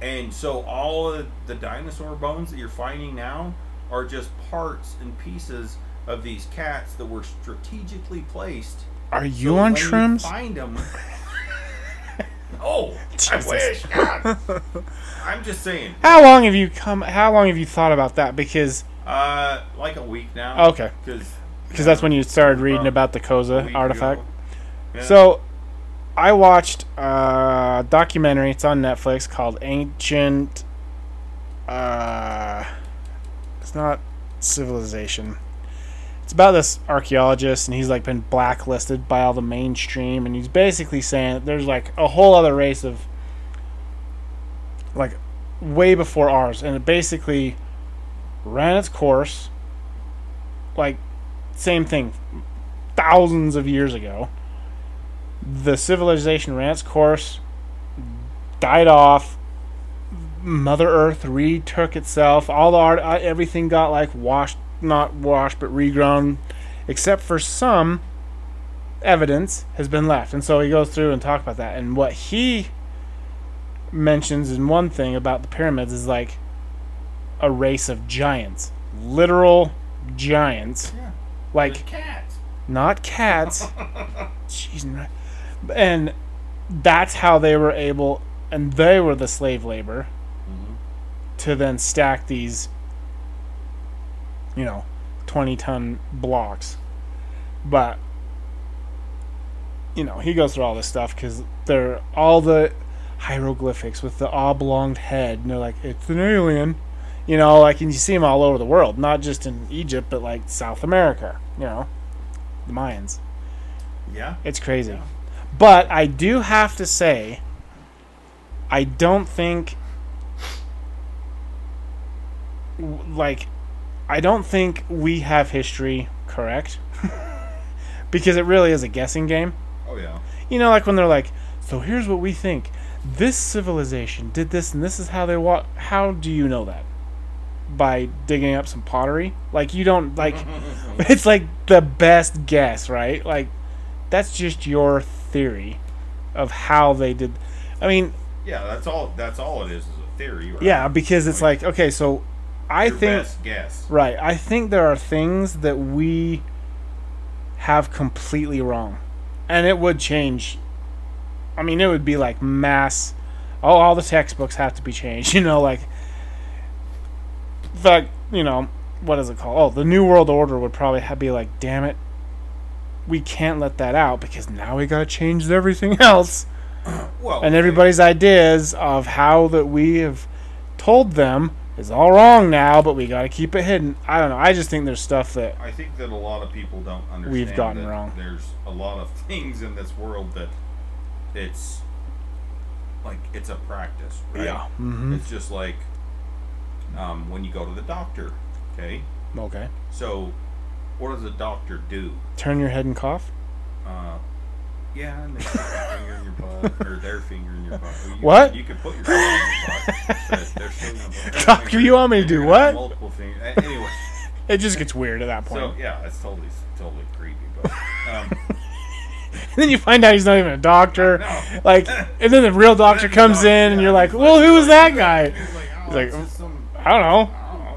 [SPEAKER 2] and so all of the dinosaur bones that you're finding now are just parts and pieces of these cats that were strategically placed
[SPEAKER 1] Are you
[SPEAKER 2] so
[SPEAKER 1] on
[SPEAKER 2] when
[SPEAKER 1] shrooms? [laughs]
[SPEAKER 2] Find them. oh,
[SPEAKER 1] Jesus. [laughs]
[SPEAKER 2] I wish. God. I'm just saying.
[SPEAKER 1] How long have you come? How long have you thought about that? Because
[SPEAKER 2] Uh, like a week now.
[SPEAKER 1] Okay.
[SPEAKER 2] Because
[SPEAKER 1] because that's when you started reading
[SPEAKER 2] Well,
[SPEAKER 1] about the Koza artifact. So, I watched a documentary. It's on Netflix called Ancient. Uh, it's not civilization. It's about this archaeologist, and he's like been blacklisted by all the mainstream, and he's basically saying that there's like a whole other race of like way before ours, and it basically ran its course. Like, same thing, thousands of years ago the civilization ran its course, died off. Mother Earth retook itself. All the art, uh, everything got like washed, not washed, but regrown, except for some evidence has been left. And so he goes through and talks about that. And what he mentions in one thing about the pyramids is like a race of giants, literal giants,
[SPEAKER 2] Yeah.
[SPEAKER 1] like
[SPEAKER 2] The cat.
[SPEAKER 1] not cats. Jeez, and right- and that's how they were able, and they were the slave labor to then stack these, you know, twenty ton blocks. But you know, he goes through all this stuff because they're all the hieroglyphics with the oblonged head, and they're like, it's an alien. You know, like, and you see them all over the world, not just in Egypt, but like South America, you know, the Mayans.
[SPEAKER 2] Yeah.
[SPEAKER 1] It's crazy. But I do have to say, I don't think, w- like, I don't think we have history correct. [laughs] because it really is a guessing game.
[SPEAKER 2] Oh yeah.
[SPEAKER 1] You know, like when they're like, so here's what we think. This civilization did this, and this is how they walk. How do you know that? By digging up some pottery? Like, you don't,
[SPEAKER 2] [laughs]
[SPEAKER 1] like, it's like the best guess, right? Like, that's just your theory of how they did. I mean,
[SPEAKER 2] yeah. That's all. That's all it is. Is a theory. Right?
[SPEAKER 1] yeah, because it's like, okay, so I
[SPEAKER 2] Your
[SPEAKER 1] think.
[SPEAKER 2] best guess.
[SPEAKER 1] Right. I think there are things that we have completely wrong. And it would change. I mean, it would be like mass. Oh, all the textbooks have to be changed. [laughs] You know, like. Like, you know, what is it called? Oh, the New World Order would probably ha be like, damn it. We can't let that out because now we gotta change everything [laughs] else
[SPEAKER 2] Well.
[SPEAKER 1] and everybody's ideas of how that we have told them is all wrong now, but we got to keep it hidden. I don't know. I just think there's stuff that
[SPEAKER 2] I think that a lot of people don't understand.
[SPEAKER 1] We've gotten
[SPEAKER 2] that
[SPEAKER 1] wrong.
[SPEAKER 2] There's a lot of things in this world that it's like it's a practice, right? Mm-hmm.
[SPEAKER 1] hmm
[SPEAKER 2] It's just like um, when you go to the doctor. Okay.
[SPEAKER 1] Okay.
[SPEAKER 2] So, what does a doctor do?
[SPEAKER 1] Turn your head and cough.
[SPEAKER 2] Uh, yeah, and they put their finger in your butt, or their finger in your butt. Well, you
[SPEAKER 1] What?
[SPEAKER 2] Could, you could put your finger in your butt. but they're still gonna put
[SPEAKER 1] [laughs]
[SPEAKER 2] their
[SPEAKER 1] Doctor,
[SPEAKER 2] finger-
[SPEAKER 1] you want me to
[SPEAKER 2] they're
[SPEAKER 1] do
[SPEAKER 2] gonna
[SPEAKER 1] what?
[SPEAKER 2] have Multiple fingers. A- Anyway.
[SPEAKER 1] It just gets weird at that point.
[SPEAKER 2] So yeah, it's totally totally creepy, [laughs] but um,
[SPEAKER 1] [laughs] then you find out he's not even a doctor.
[SPEAKER 2] no. [laughs]
[SPEAKER 1] Like, and then the real doctor
[SPEAKER 2] Then the
[SPEAKER 1] comes
[SPEAKER 2] doctor-
[SPEAKER 1] in, and
[SPEAKER 2] yeah,
[SPEAKER 1] you're like,
[SPEAKER 2] he's
[SPEAKER 1] "Well, who was that
[SPEAKER 2] he's
[SPEAKER 1] guy?
[SPEAKER 2] [laughs] He's like, oh,
[SPEAKER 1] He's like,
[SPEAKER 2] it's just some,
[SPEAKER 1] I don't know.
[SPEAKER 2] I don't know.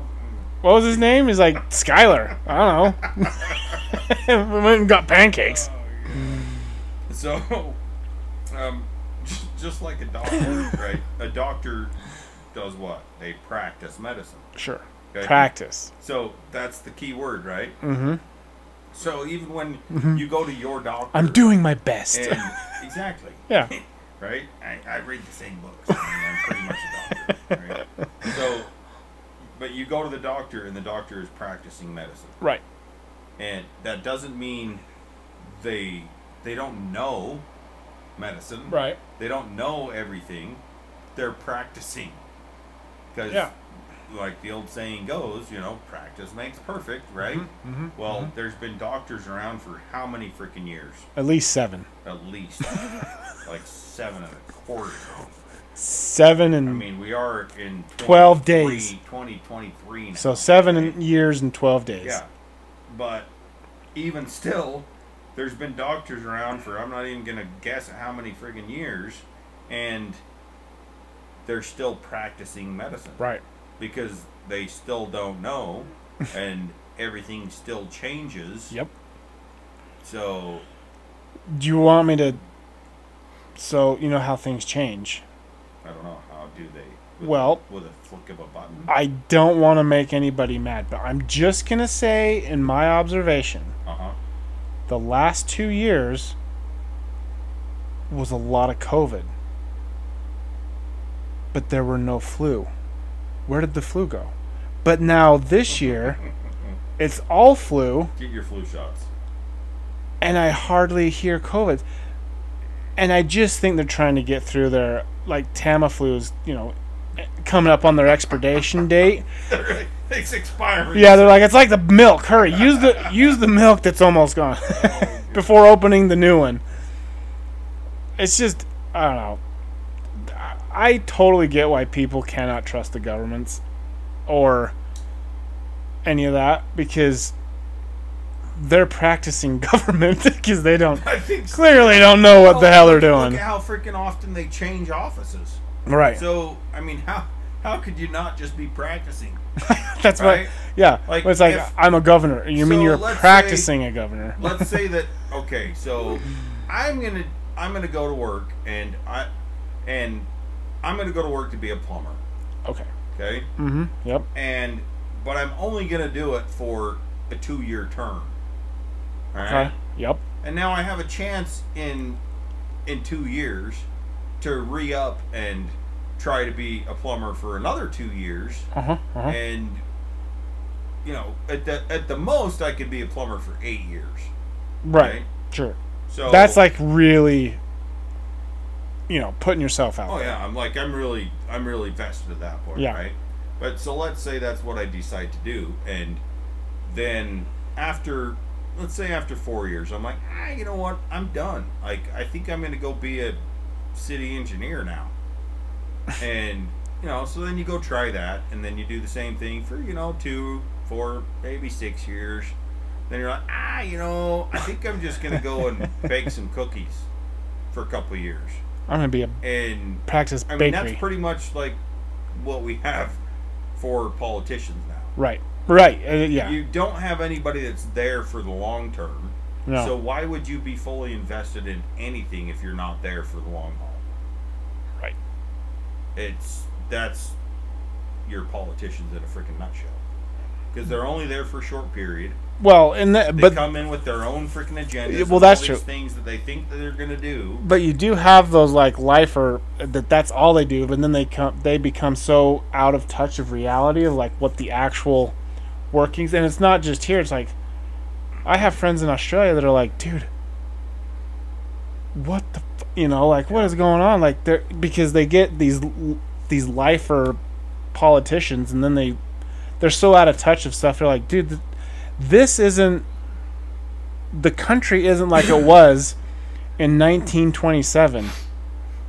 [SPEAKER 1] What was his name?" He's like, "Skyler." I don't know. [laughs] we went and got pancakes.
[SPEAKER 2] oh, So, um, just, just like a doctor, right? A doctor does what? They practice medicine.
[SPEAKER 1] Sure.
[SPEAKER 2] Okay.
[SPEAKER 1] Practice.
[SPEAKER 2] So that's the key word, right?
[SPEAKER 1] Mhm.
[SPEAKER 2] So even when you go to your doctor,
[SPEAKER 1] I'm doing my best.
[SPEAKER 2] and, exactly.
[SPEAKER 1] [laughs] yeah.
[SPEAKER 2] right? I, I read the same books. I am pretty much a doctor. Right? So, but you go to the doctor, and the doctor is practicing medicine,
[SPEAKER 1] Right.
[SPEAKER 2] and that doesn't mean they they don't know medicine.
[SPEAKER 1] Right.
[SPEAKER 2] They don't know everything. They're practicing because,
[SPEAKER 1] Yeah.
[SPEAKER 2] like the old saying goes, you know, practice makes perfect, right?
[SPEAKER 1] mhm,
[SPEAKER 2] well, there's been doctors around for how many freaking years?
[SPEAKER 1] At least seven. [laughs]
[SPEAKER 2] At least like seven and a quarter.
[SPEAKER 1] Seven and
[SPEAKER 2] I mean, we are in
[SPEAKER 1] 12
[SPEAKER 2] 23
[SPEAKER 1] days.
[SPEAKER 2] 2023 now.
[SPEAKER 1] so seven and- years and twelve days.
[SPEAKER 2] Yeah. But even still, there's been doctors around for, I'm not even going to guess at how many friggin' years, and they're still practicing medicine.
[SPEAKER 1] Right.
[SPEAKER 2] Because they still
[SPEAKER 1] [laughs]
[SPEAKER 2] don't know, and everything still changes.
[SPEAKER 1] Yep.
[SPEAKER 2] So,
[SPEAKER 1] Do you want me to? So you know how things change.
[SPEAKER 2] I don't know. How do they? With
[SPEAKER 1] Well-
[SPEAKER 2] a, with a flick of a button?
[SPEAKER 1] I don't want to make anybody mad, but I'm just gonna say, in my observation,
[SPEAKER 2] Uh huh.
[SPEAKER 1] the last two years was a lot of COVID, but there were no flu. Where did the flu go? But now this
[SPEAKER 2] [laughs]
[SPEAKER 1] year, it's all flu.
[SPEAKER 2] Get your flu shots. [laughs]
[SPEAKER 1] and I hardly hear COVID. And I just think they're trying to get through their like Tamiflu's, you know, coming up on their expiration date.
[SPEAKER 2] it's expiring.
[SPEAKER 1] Yeah, they're like it's like the milk. Hurry, use the use the milk that's almost gone [laughs] before opening the new one. It's just I don't know. I totally get why people cannot trust the governments or any of that because they're practicing [laughs] government because they don't
[SPEAKER 2] I think so.
[SPEAKER 1] clearly don't know what the hell they're
[SPEAKER 2] Oh, Look
[SPEAKER 1] doing.
[SPEAKER 2] at how freaking often they change offices.
[SPEAKER 1] Right.
[SPEAKER 2] So I mean, how how could you not just be practicing?
[SPEAKER 1] That's
[SPEAKER 2] right?
[SPEAKER 1] right. Yeah.
[SPEAKER 2] Like,
[SPEAKER 1] it's like
[SPEAKER 2] if-
[SPEAKER 1] I'm a governor. You mean
[SPEAKER 2] So
[SPEAKER 1] you're
[SPEAKER 2] let's say-
[SPEAKER 1] practicing a governor?
[SPEAKER 2] Let's say that okay, so I'm gonna I'm gonna go to work and I and I'm gonna go to work to be a plumber.
[SPEAKER 1] Okay.
[SPEAKER 2] Okay,
[SPEAKER 1] Mm-hmm. Yep.
[SPEAKER 2] and but I'm only gonna do it for a two year term. All right.
[SPEAKER 1] Okay. Yep.
[SPEAKER 2] And now I have a chance in in two years to re up and try to be a plumber for another two years.
[SPEAKER 1] Uh huh. Uh huh.
[SPEAKER 2] and you know at the at the most I could be a plumber for eight years.
[SPEAKER 1] Right.
[SPEAKER 2] okay?
[SPEAKER 1] Sure.
[SPEAKER 2] So
[SPEAKER 1] That's like really, you know, putting yourself out.
[SPEAKER 2] oh
[SPEAKER 1] there.
[SPEAKER 2] yeah, I'm like I'm really I'm really vested at that point,
[SPEAKER 1] Yeah.
[SPEAKER 2] right? But so let's say that's what I decide to do, and then after let's say after four years, I'm like ah, you know what, I'm done. Like I think I'm gonna go be a city engineer now, and. You know, so then you go try that, and then you do the same thing for you know two, four, maybe six years, then you're like, ah, you know, I think I'm just gonna go and bake some cookies for a couple years.
[SPEAKER 1] I'm gonna be a
[SPEAKER 2] And
[SPEAKER 1] practice
[SPEAKER 2] I mean,
[SPEAKER 1] bakery.
[SPEAKER 2] that's pretty much like what we have for politicians now.
[SPEAKER 1] right. Right. Uh, yeah.
[SPEAKER 2] You don't have anybody that's there for the long term.
[SPEAKER 1] no.
[SPEAKER 2] So why would you be fully invested in anything if you're not there for the long haul?
[SPEAKER 1] right.
[SPEAKER 2] It's that's your politicians in a freaking nutshell. Because they're only there for a short period.
[SPEAKER 1] Well, and that,
[SPEAKER 2] They
[SPEAKER 1] but
[SPEAKER 2] come in with their own freaking agenda.
[SPEAKER 1] well, that's
[SPEAKER 2] all
[SPEAKER 1] true.
[SPEAKER 2] These things that they think that they're gonna do.
[SPEAKER 1] but you do have those like lifer that that's all they do but then they come they become so out of touch of reality of like what the actual workings and it's not just here it's like i have friends in australia that are like dude what the f-? you know like what is going on like they're because they get these l- these lifer politicians and then they they're so out of touch of stuff they're like dude th- this isn't the country isn't like it was in 1927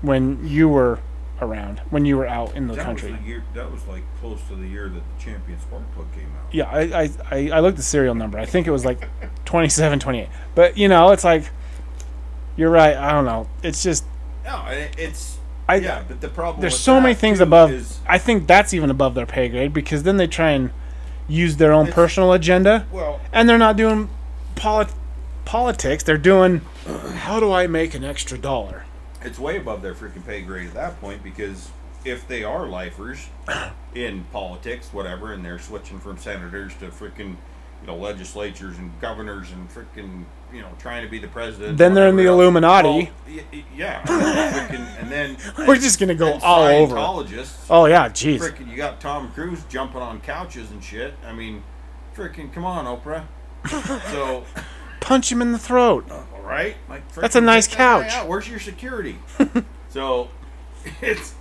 [SPEAKER 1] when you were around when you were out in the
[SPEAKER 2] That
[SPEAKER 1] country
[SPEAKER 2] was the year. That was like close to the year that the Champion Spark Plug came out.
[SPEAKER 1] yeah I, I i i looked the serial number i think it was like 27 28 but you know it's like you're right i don't know it's just
[SPEAKER 2] No, and it- it's
[SPEAKER 1] I-
[SPEAKER 2] yeah, but the problem
[SPEAKER 1] there's
[SPEAKER 2] with
[SPEAKER 1] so many
[SPEAKER 2] that,
[SPEAKER 1] things
[SPEAKER 2] too,
[SPEAKER 1] above
[SPEAKER 2] Is,
[SPEAKER 1] i think that's even above their pay grade because then they try and use their own
[SPEAKER 2] It's-
[SPEAKER 1] personal agenda
[SPEAKER 2] well,
[SPEAKER 1] and they're not doing polit- politics they're doing how do i make an extra dollar
[SPEAKER 2] it's way above their freaking pay grade at that point because if they are lifers [coughs] in politics, whatever, and they're switching from senators to freaking you know legislatures and governors and freaking you know trying to be the president.
[SPEAKER 1] Then they're in
[SPEAKER 2] whatever
[SPEAKER 1] the
[SPEAKER 2] else.
[SPEAKER 1] Illuminati.
[SPEAKER 2] Well, y- y- yeah, [laughs] freaking, and then
[SPEAKER 1] [laughs] we're just gonna go
[SPEAKER 2] and
[SPEAKER 1] all over it.
[SPEAKER 2] Scientologists.
[SPEAKER 1] oh yeah jeez
[SPEAKER 2] Freaking, you got Tom Cruise jumping on couches and shit. I mean, freaking, come on,
[SPEAKER 1] [laughs]
[SPEAKER 2] Oprah. so,
[SPEAKER 1] punch him in the throat
[SPEAKER 2] all right, like
[SPEAKER 1] That's a
[SPEAKER 2] freaking
[SPEAKER 1] nice
[SPEAKER 2] get that guy
[SPEAKER 1] couch.
[SPEAKER 2] out. Where's
[SPEAKER 1] [laughs]
[SPEAKER 2] your security? so, it's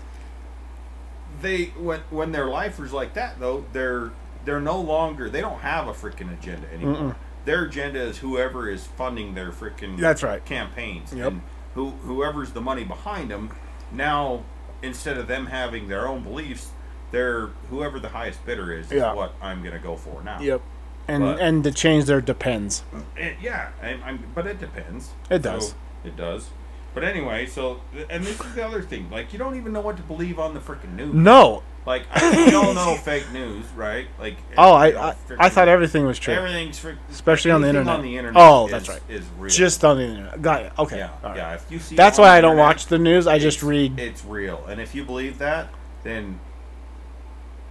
[SPEAKER 2] they when when they're lifers like that though, they're they're no longer they don't have a freaking agenda anymore. Their agenda is whoever is funding their freaking
[SPEAKER 1] That's right.
[SPEAKER 2] campaigns
[SPEAKER 1] Yep.
[SPEAKER 2] and who whoever's the money behind them. Now, instead of them having their own beliefs, they're whoever the highest bidder is
[SPEAKER 1] Yeah.
[SPEAKER 2] is what I'm going to go for now.
[SPEAKER 1] yep and
[SPEAKER 2] But-
[SPEAKER 1] and to change their depends
[SPEAKER 2] It, yeah, I'm, I'm, but it depends.
[SPEAKER 1] It does.
[SPEAKER 2] So, it does. But anyway, so and this is the other thing. Like you don't even know what to believe on the freaking news.
[SPEAKER 1] no
[SPEAKER 2] Like I think we all
[SPEAKER 1] [laughs]
[SPEAKER 2] know fake news, right? Like
[SPEAKER 1] oh
[SPEAKER 2] you know,
[SPEAKER 1] i i, I
[SPEAKER 2] freaking-
[SPEAKER 1] thought everything was true
[SPEAKER 2] everything's freaking
[SPEAKER 1] Especially on the internet.
[SPEAKER 2] On the internet
[SPEAKER 1] Oh,
[SPEAKER 2] is-
[SPEAKER 1] that's right.
[SPEAKER 2] Is real.
[SPEAKER 1] Just on the internet. Got it. Okay.
[SPEAKER 2] yeah,
[SPEAKER 1] All right.
[SPEAKER 2] yeah. If you see,
[SPEAKER 1] That's
[SPEAKER 2] it on
[SPEAKER 1] why
[SPEAKER 2] the
[SPEAKER 1] I don't
[SPEAKER 2] internet,
[SPEAKER 1] watch the news. I just
[SPEAKER 2] it's-
[SPEAKER 1] read.
[SPEAKER 2] It's real, and if you believe that, then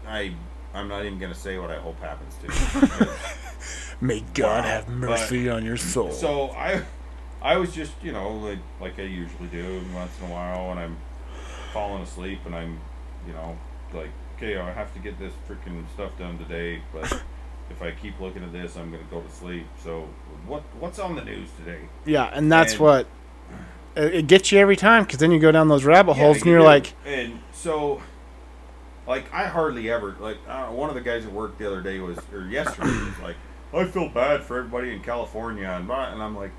[SPEAKER 2] I I'm not even gonna say what I hope happens to. you.
[SPEAKER 1] May God
[SPEAKER 2] Wow.
[SPEAKER 1] have mercy on your soul.
[SPEAKER 2] So I, I was just you know like like I usually do every once in a while when I'm falling asleep and I'm, you know, like okay I have to get this freaking stuff done today, but if I keep looking at this I'm gonna go to sleep. So what what's on the news today?
[SPEAKER 1] yeah, and that's
[SPEAKER 2] and-
[SPEAKER 1] what it, it gets you every time because then you go down those rabbit holes and
[SPEAKER 2] you
[SPEAKER 1] you're
[SPEAKER 2] do.
[SPEAKER 1] like,
[SPEAKER 2] and so, like I hardly ever like I don't know, one of the guys at work the other day was or yesterday was like I feel bad for everybody in California and my, and I'm like,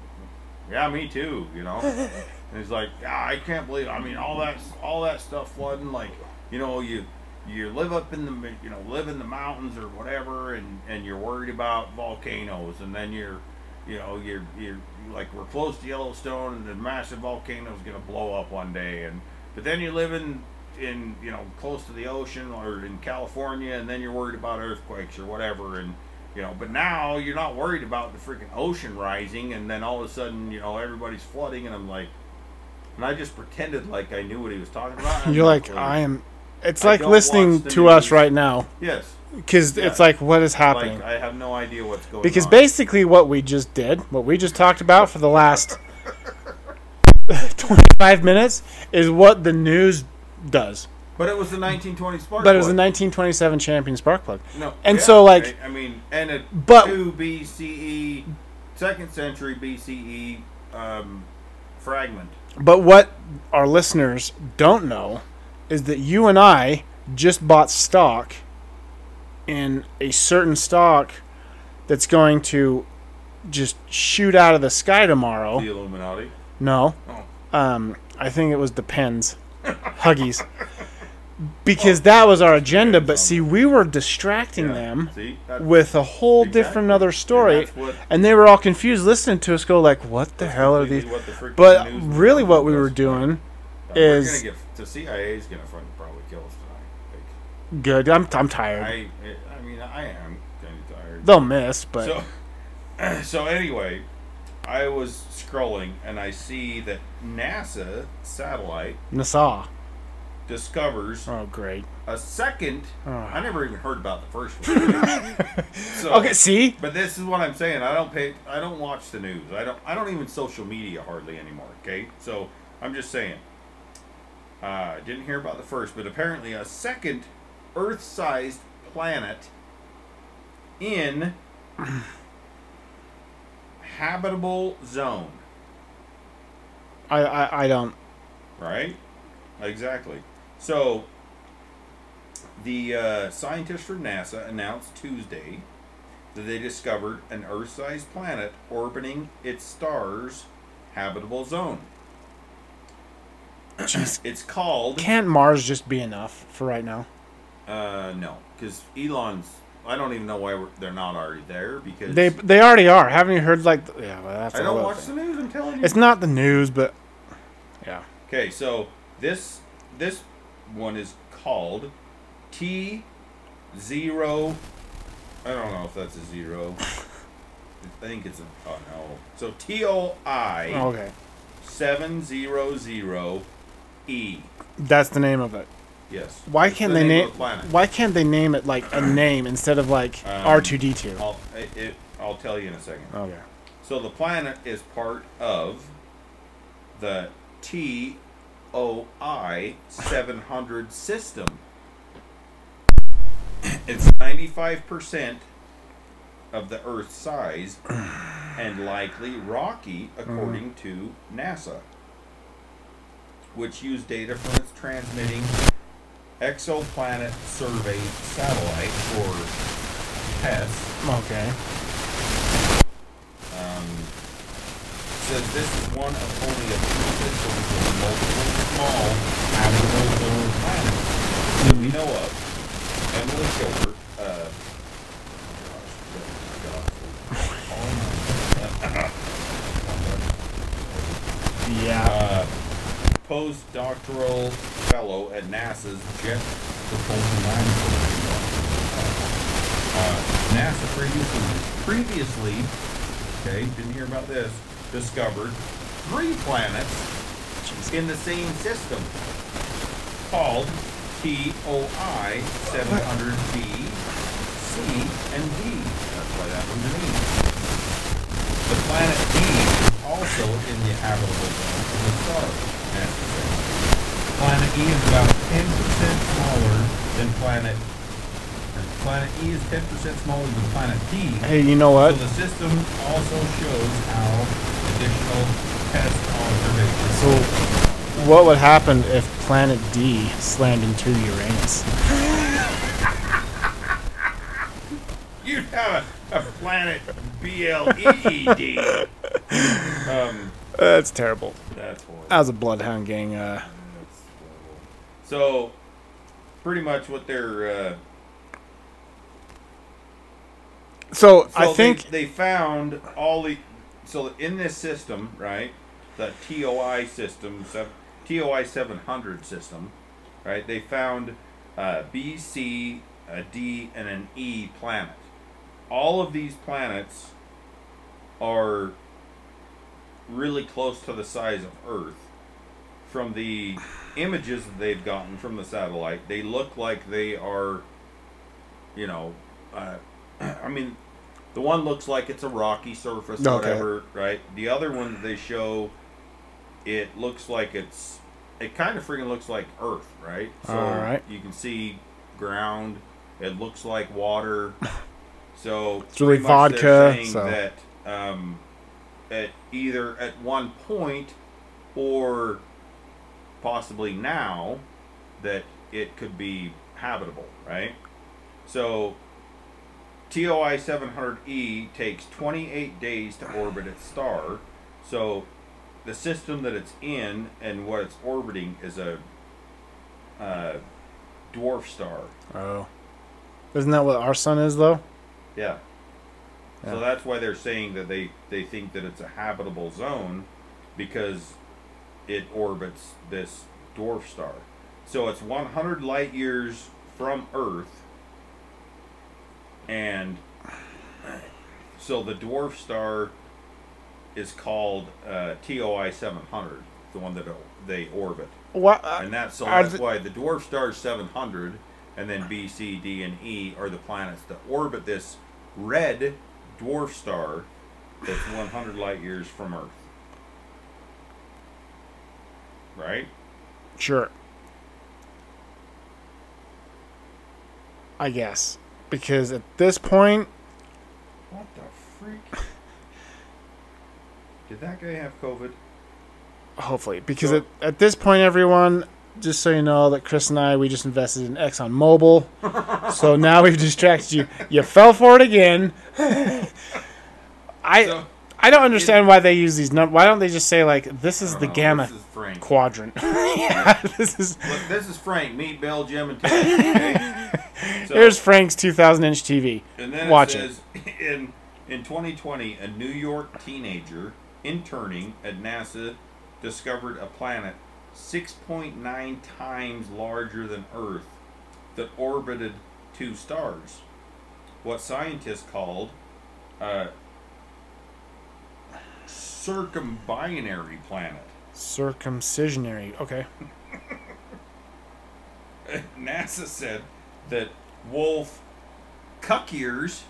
[SPEAKER 2] yeah, me too, you know. and he's like, ah, I can't believe. I mean, all that all that stuff flooding, like you know you. You live up in the m- you know live in the mountains or whatever, and, and you're worried about volcanoes, and then you're you know, you're you're like we're close to Yellowstone, and the massive volcano is gonna blow up one day, and but then you live in in you know close to the ocean or in California, and then you're worried about earthquakes or whatever, and you know, but now you're not worried about the freaking ocean rising, and then all of a sudden you know everybody's flooding, and I'm like, and I just pretended like I knew what he was
[SPEAKER 1] [laughs]
[SPEAKER 2] talking about. and
[SPEAKER 1] You're
[SPEAKER 2] I'm
[SPEAKER 1] like,
[SPEAKER 2] really-
[SPEAKER 1] I am. It's
[SPEAKER 2] I
[SPEAKER 1] like
[SPEAKER 2] don't
[SPEAKER 1] listening
[SPEAKER 2] watch the
[SPEAKER 1] to us
[SPEAKER 2] news.
[SPEAKER 1] right now
[SPEAKER 2] yes,
[SPEAKER 1] because
[SPEAKER 2] Yeah.
[SPEAKER 1] it's like, what is happening?
[SPEAKER 2] like I have no idea what's going
[SPEAKER 1] because
[SPEAKER 2] on.
[SPEAKER 1] basically, what we just did, what we just talked about for the last [laughs] 25 minutes, is what the news does.
[SPEAKER 2] but it was the 1920 spark.
[SPEAKER 1] But it was the
[SPEAKER 2] plug.
[SPEAKER 1] 1927 champion spark plug.
[SPEAKER 2] No.
[SPEAKER 1] And
[SPEAKER 2] yeah,
[SPEAKER 1] so, like-
[SPEAKER 2] I, I mean, and a
[SPEAKER 1] But-
[SPEAKER 2] two BCE, second century BCE um, fragment.
[SPEAKER 1] But what our listeners don't know is that you and I just bought stock in a certain stock that's going to just shoot out of the sky tomorrow.
[SPEAKER 2] The Illuminati.
[SPEAKER 1] No.
[SPEAKER 2] Oh.
[SPEAKER 1] Um, I think it was Depends. Huggies. Because that was our agenda, but see, we were distracting
[SPEAKER 2] Yeah,
[SPEAKER 1] them
[SPEAKER 2] See, that,
[SPEAKER 1] with a whole different
[SPEAKER 2] Exactly.
[SPEAKER 1] other story.
[SPEAKER 2] And
[SPEAKER 1] And,
[SPEAKER 2] that's what-
[SPEAKER 1] they were all confused listening to us go like, what the hell are these?
[SPEAKER 2] completely what the freaking
[SPEAKER 1] But
[SPEAKER 2] news was
[SPEAKER 1] really, what
[SPEAKER 2] about
[SPEAKER 1] we
[SPEAKER 2] us
[SPEAKER 1] were
[SPEAKER 2] tonight.
[SPEAKER 1] doing
[SPEAKER 2] Uh,
[SPEAKER 1] is-
[SPEAKER 2] we're gonna get the CIA is gonna fucking probably kill us tonight.
[SPEAKER 1] Good. I'm, I'm tired.
[SPEAKER 2] Like, I, I mean, I am kind of tired.
[SPEAKER 1] They'll miss, but
[SPEAKER 2] So, [clears throat] so anyway, I was scrolling and I see that NASA satellite
[SPEAKER 1] Nassau.
[SPEAKER 2] discovers
[SPEAKER 1] Oh, great.
[SPEAKER 2] a second.
[SPEAKER 1] Oh.
[SPEAKER 2] I never even heard about the first one. so,
[SPEAKER 1] Okay, see?
[SPEAKER 2] But this is what I'm saying. I don't pay. I don't watch the news. I don't. I don't even social media hardly anymore. Okay, so I'm just saying. Uh, I didn't hear about the first, but apparently a second Earth-sized planet in habitable zone.
[SPEAKER 1] I, I, I don't.
[SPEAKER 2] Right? Exactly. So, the uh, scientists from NASA announced Tuesday that they discovered an Earth sized planet orbiting its star's habitable zone.
[SPEAKER 1] Jeez.
[SPEAKER 2] It's called.
[SPEAKER 1] Can't Mars just be enough for right now?
[SPEAKER 2] Uh, no, because Elon's. I don't even know why we're, they're not already there because.
[SPEAKER 1] They they already are. Haven't you heard, like, th- yeah, well, that's
[SPEAKER 2] I
[SPEAKER 1] a
[SPEAKER 2] don't
[SPEAKER 1] little
[SPEAKER 2] watch
[SPEAKER 1] thing.
[SPEAKER 2] the news, I'm telling you.
[SPEAKER 1] It's not the news, but. Yeah.
[SPEAKER 2] Okay, so this this one is called T zero. I don't know if that's a zero. I think it's a oh no. So T O I
[SPEAKER 1] Okay.
[SPEAKER 2] seven zero zero E.
[SPEAKER 1] That's the name of it.
[SPEAKER 2] Yes.
[SPEAKER 1] Why
[SPEAKER 2] It's
[SPEAKER 1] can't
[SPEAKER 2] the
[SPEAKER 1] they
[SPEAKER 2] name
[SPEAKER 1] name?
[SPEAKER 2] of the planet.
[SPEAKER 1] Why can't they name it like a name instead of like
[SPEAKER 2] Um,
[SPEAKER 1] R two D two?
[SPEAKER 2] I'll, it, it, I'll tell you in a second.
[SPEAKER 1] Okay.
[SPEAKER 2] So the planet is part of the T O I 700 system. It's 95% of the Earth's size and likely rocky, according to NASA, which used data from its transmitting Exoplanet Survey Satellite, or E TESS.
[SPEAKER 1] Okay.
[SPEAKER 2] Um, says this is one of only a few systems with multiple small habitable little planets that we know of. Emily Gilbert, uh, oh
[SPEAKER 1] Yeah.
[SPEAKER 2] uh, postdoctoral fellow at NASA's Jet Propulsion Laboratory. Uh, NASA previously, previously, okay, didn't hear about this, discovered three planets
[SPEAKER 1] Jeez.
[SPEAKER 2] in the same system called TOI 700b, C, and D. That's why that one's an E. The planet D is also in the habitable zone of the star. NASA said. Planet E is about 10% smaller than planet. or Planet E is 10% smaller than planet D.
[SPEAKER 1] Hey, you know what?
[SPEAKER 2] uh, So the system also shows how additional test observations.
[SPEAKER 1] So, what would happen if Planet D slammed into Uranus?
[SPEAKER 2] You'd have a, a planet B L E E D. Um,
[SPEAKER 1] That's terrible.
[SPEAKER 2] that's horrible.
[SPEAKER 1] That was a Bloodhound Gang. Uh,
[SPEAKER 2] That's horrible. So, pretty much what they're. Uh,
[SPEAKER 1] so,
[SPEAKER 2] so
[SPEAKER 1] I think
[SPEAKER 2] they, they found all the so in this system, right, the TOI system, sev- TOI 700 system, right, they found uh, B, C, a D, and an E planet. All of these planets are really close to the size of Earth. From the images that they've gotten from the satellite, they look like they are, you know, uh, [clears throat] I mean, the one looks like it's a rocky surface,
[SPEAKER 1] Okay.
[SPEAKER 2] whatever, right? The other one that they show, it looks like it's, it kind of freaking looks like Earth, right? So
[SPEAKER 1] All right.
[SPEAKER 2] you can see ground. It looks like
[SPEAKER 1] [laughs]
[SPEAKER 2] water. So
[SPEAKER 1] It's really
[SPEAKER 2] pretty much they're
[SPEAKER 1] vodka,
[SPEAKER 2] saying
[SPEAKER 1] so-
[SPEAKER 2] That um, at either at one point or possibly now, that it could be habitable, right? So TOI 700E E takes 28 days to orbit its star. So the system that it's in and what it's orbiting is a uh, dwarf star.
[SPEAKER 1] Oh. Isn't that what our sun is, though?
[SPEAKER 2] Yeah.
[SPEAKER 1] Yeah.
[SPEAKER 2] So that's why they're saying that they, they think that it's a habitable zone because it orbits this dwarf star. So it's 100 light years from Earth. And so the dwarf star is called uh, TOI 700, the one that they orbit.
[SPEAKER 1] What?
[SPEAKER 2] And that's, so
[SPEAKER 1] Are
[SPEAKER 2] that's
[SPEAKER 1] the-
[SPEAKER 2] why the dwarf star is 700, and then B, C, D, and E are the planets that orbit this red dwarf star that's 100 light years from Earth. Right?
[SPEAKER 1] Sure. I guess. Because at this point,
[SPEAKER 2] What the freak? [laughs] Did that guy have COVID?
[SPEAKER 1] hopefully, because
[SPEAKER 2] Sure.
[SPEAKER 1] at, at this point, everyone, just so you know that Chris and I, we just invested in ExxonMobil.
[SPEAKER 2] [laughs]
[SPEAKER 1] so now we've distracted you. You fell for it again. I
[SPEAKER 2] So-
[SPEAKER 1] I don't understand why they use these numbers. Why don't they just say, like, this is the
[SPEAKER 2] Oh,
[SPEAKER 1] gamma
[SPEAKER 2] This is
[SPEAKER 1] [laughs]
[SPEAKER 2] Frank.
[SPEAKER 1] quadrant? yeah, this is.
[SPEAKER 2] Look, this is Frank. Meet Bill, Jim,
[SPEAKER 1] [laughs]
[SPEAKER 2] and Ted. okay? So-
[SPEAKER 1] There's Frank's 2,000 inch TV.
[SPEAKER 2] And then
[SPEAKER 1] Watch
[SPEAKER 2] it says [laughs] in in 2020, a New York teenager interning at NASA discovered a planet 6.9 times larger than Earth that orbited two stars. What scientists called a circumbinary planet.
[SPEAKER 1] Circumcisionary. Okay.
[SPEAKER 2] NASA said that Wolf Cuckier's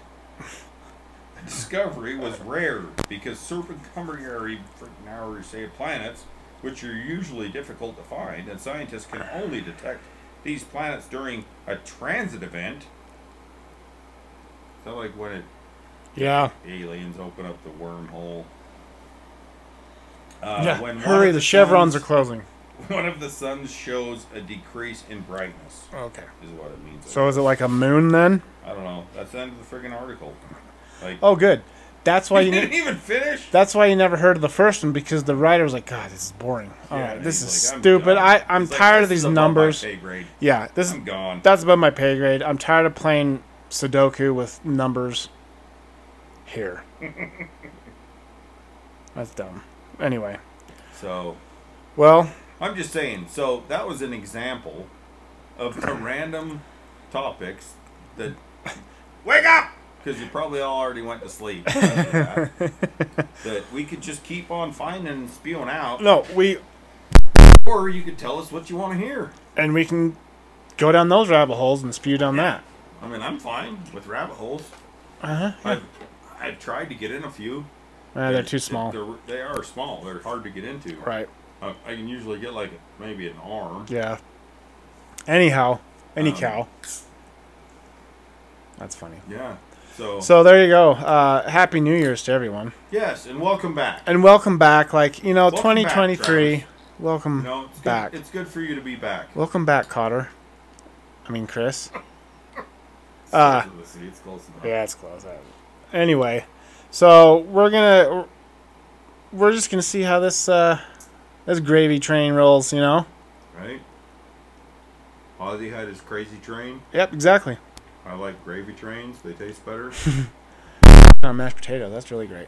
[SPEAKER 2] discovery was rare because circumcumulary freaking say planets, which are usually difficult to find, and scientists can only detect these planets during a transit event. So, like when it
[SPEAKER 1] Yeah.
[SPEAKER 2] aliens open up the wormhole. Uh,
[SPEAKER 1] yeah.
[SPEAKER 2] when one
[SPEAKER 1] Hurry,
[SPEAKER 2] of
[SPEAKER 1] the chevrons are
[SPEAKER 2] suns-
[SPEAKER 1] closing.
[SPEAKER 2] [laughs] One of the suns shows a decrease in brightness,
[SPEAKER 1] Okay.
[SPEAKER 2] is what it means.
[SPEAKER 1] So is it like a moon then?
[SPEAKER 2] I don't know. That's the end of the friggin'
[SPEAKER 1] [laughs]
[SPEAKER 2] article. Like,
[SPEAKER 1] Oh, good. That's why
[SPEAKER 2] you
[SPEAKER 1] you.
[SPEAKER 2] [laughs] didn't
[SPEAKER 1] Ne-
[SPEAKER 2] even finish.
[SPEAKER 1] that's why you never heard of the first one because the writer was like, "God, this is boring. All
[SPEAKER 2] Yeah,
[SPEAKER 1] right,
[SPEAKER 2] and
[SPEAKER 1] this
[SPEAKER 2] he's
[SPEAKER 1] is
[SPEAKER 2] like, I'm
[SPEAKER 1] stupid.
[SPEAKER 2] done.
[SPEAKER 1] I, I'm
[SPEAKER 2] He's like,
[SPEAKER 1] tired
[SPEAKER 2] "This
[SPEAKER 1] of these
[SPEAKER 2] is above my
[SPEAKER 1] numbers.
[SPEAKER 2] pay grade.
[SPEAKER 1] Yeah, this is
[SPEAKER 2] I'm gone.
[SPEAKER 1] that's above my pay grade. I'm tired of playing Sudoku with numbers.
[SPEAKER 2] [laughs]
[SPEAKER 1] Here. that's dumb. Anyway,
[SPEAKER 2] So
[SPEAKER 1] well,
[SPEAKER 2] I'm just saying. So that was an example of the random topics
[SPEAKER 1] [laughs]
[SPEAKER 2] that wake up because you probably all already went
[SPEAKER 1] [laughs]
[SPEAKER 2] to sleep. That, that we could just keep on finding and spewing out,
[SPEAKER 1] no, we
[SPEAKER 2] or you could tell us what you want to hear.
[SPEAKER 1] and we can go down those rabbit holes and spew down that.
[SPEAKER 2] I mean, I'm fine with rabbit holes.
[SPEAKER 1] Uh huh.
[SPEAKER 2] I've I've tried to get in a few.
[SPEAKER 1] Uh, they're too small.
[SPEAKER 2] They're, they are small. They're hard to get into.
[SPEAKER 1] Right.
[SPEAKER 2] I, I can usually get like maybe an arm.
[SPEAKER 1] Yeah. Anyhow, any
[SPEAKER 2] Um,
[SPEAKER 1] cow. That's funny.
[SPEAKER 2] Yeah. So,
[SPEAKER 1] So there you go. Uh, Happy New Year's to everyone,
[SPEAKER 2] yes, and welcome back.
[SPEAKER 1] and welcome back. Like you know,
[SPEAKER 2] Welcome back,
[SPEAKER 1] twenty twenty three.
[SPEAKER 2] Travis.
[SPEAKER 1] Welcome
[SPEAKER 2] You know, it's good,
[SPEAKER 1] back.
[SPEAKER 2] It's good for you to be back.
[SPEAKER 1] welcome back, Cotter. I mean, Chris.
[SPEAKER 2] It's
[SPEAKER 1] uh,
[SPEAKER 2] close to the sea, it's close enough.
[SPEAKER 1] Yeah, it's close. Uh, Anyway, so we're gonna we're just gonna see how this uh, this gravy train rolls. You know.
[SPEAKER 2] Right. Ozzy had his crazy train.
[SPEAKER 1] Yep. Exactly. [laughs]
[SPEAKER 2] I like gravy trains. They taste better.
[SPEAKER 1] on mashed potato. That's really great.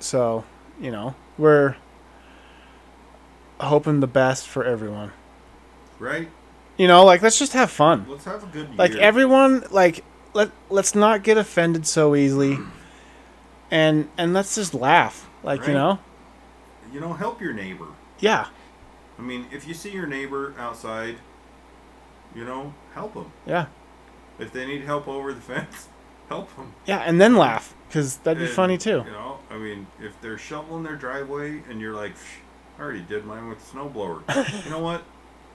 [SPEAKER 1] So, you know, we're hoping the best for everyone.
[SPEAKER 2] Right?
[SPEAKER 1] You know, like let's just have fun.
[SPEAKER 2] Let's have a good year.
[SPEAKER 1] Like everyone, like let let's not get offended so easily,
[SPEAKER 2] Mm.
[SPEAKER 1] and and let's just laugh. Like you
[SPEAKER 2] Right.
[SPEAKER 1] know,
[SPEAKER 2] You know, help your neighbor.
[SPEAKER 1] yeah,
[SPEAKER 2] I mean, if you see your neighbor outside, you know, help them.
[SPEAKER 1] yeah,
[SPEAKER 2] If they need help over the [laughs] fence, help them.
[SPEAKER 1] yeah, and then laugh because that'd be
[SPEAKER 2] And,
[SPEAKER 1] funny too.
[SPEAKER 2] You know, I mean, if they're shoveling their driveway and you're like, "Psh, I already did mine with
[SPEAKER 1] [laughs]
[SPEAKER 2] the snowblower. you know what?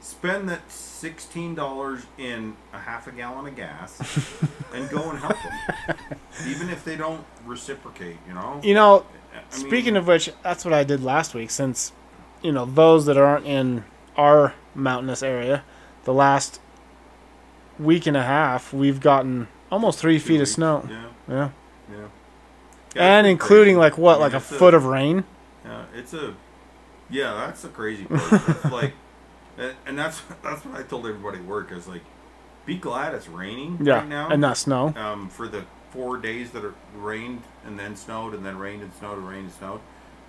[SPEAKER 2] Spend that sixteen dollars in a half a gallon of gas and go and help
[SPEAKER 1] [laughs]
[SPEAKER 2] them, even if they don't reciprocate. You know.
[SPEAKER 1] You know,
[SPEAKER 2] I mean,
[SPEAKER 1] Speaking of which, that's what I did last week. Since you know those that aren't in our mountainous area, the last week and a half we've gotten almost three
[SPEAKER 2] two
[SPEAKER 1] feet of
[SPEAKER 2] weeks,
[SPEAKER 1] snow.
[SPEAKER 2] Yeah,
[SPEAKER 1] Yeah,
[SPEAKER 2] yeah. Yeah, it's
[SPEAKER 1] and
[SPEAKER 2] been
[SPEAKER 1] including
[SPEAKER 2] crazy.
[SPEAKER 1] like what,
[SPEAKER 2] I mean,
[SPEAKER 1] like a
[SPEAKER 2] it's
[SPEAKER 1] foot of rain.
[SPEAKER 2] Yeah, it's a. Yeah, that's the crazy part.
[SPEAKER 1] [laughs]
[SPEAKER 2] It's like, and, and that's [laughs] that's what I told everybody at work. I was like, be glad it's raining
[SPEAKER 1] Yeah,
[SPEAKER 2] right now.
[SPEAKER 1] and not snow.
[SPEAKER 2] um, for the four days that it rained and then snowed and then rained and snowed and rained and snowed.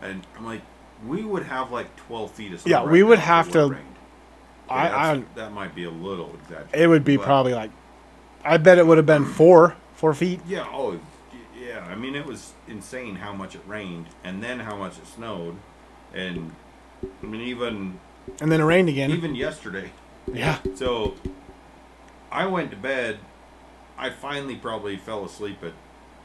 [SPEAKER 2] And I'm like, we would have like 12 feet of snow.
[SPEAKER 1] Yeah,
[SPEAKER 2] right
[SPEAKER 1] we would
[SPEAKER 2] now if
[SPEAKER 1] have
[SPEAKER 2] it would've
[SPEAKER 1] to-
[SPEAKER 2] rained. Okay,
[SPEAKER 1] I, I,
[SPEAKER 2] that's- that might be a little exaggerated.
[SPEAKER 1] it would be
[SPEAKER 2] but-
[SPEAKER 1] probably like, I bet it would have been four, four feet.
[SPEAKER 2] Yeah, oh, yeah. I mean, it was insane how much it rained and then how much it snowed. And I mean, even
[SPEAKER 1] And then it rained again.
[SPEAKER 2] even yesterday.
[SPEAKER 1] yeah,
[SPEAKER 2] So I went to bed. I finally probably fell asleep at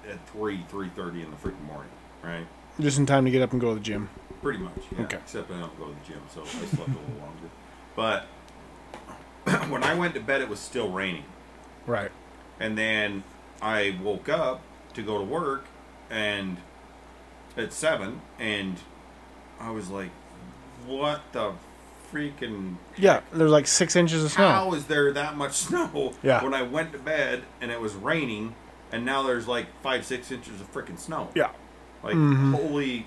[SPEAKER 2] at three three thirty in the freaking morning. Right.
[SPEAKER 1] just in time to get up and go to the gym.
[SPEAKER 2] Pretty much. Yeah.
[SPEAKER 1] Okay.
[SPEAKER 2] Except I don't go to the gym, so I slept a little [laughs] longer. But [clears throat] when I went to bed, it was still raining.
[SPEAKER 1] Right.
[SPEAKER 2] And then I woke up to go to work and at seven and I was like, what the freaking
[SPEAKER 1] Yeah, there's like six inches of snow.
[SPEAKER 2] how is there that much snow
[SPEAKER 1] Yeah.
[SPEAKER 2] when I went to bed and it was raining and now there's like five, six inches of freaking snow?
[SPEAKER 1] Yeah. Mm-hmm.
[SPEAKER 2] Like holy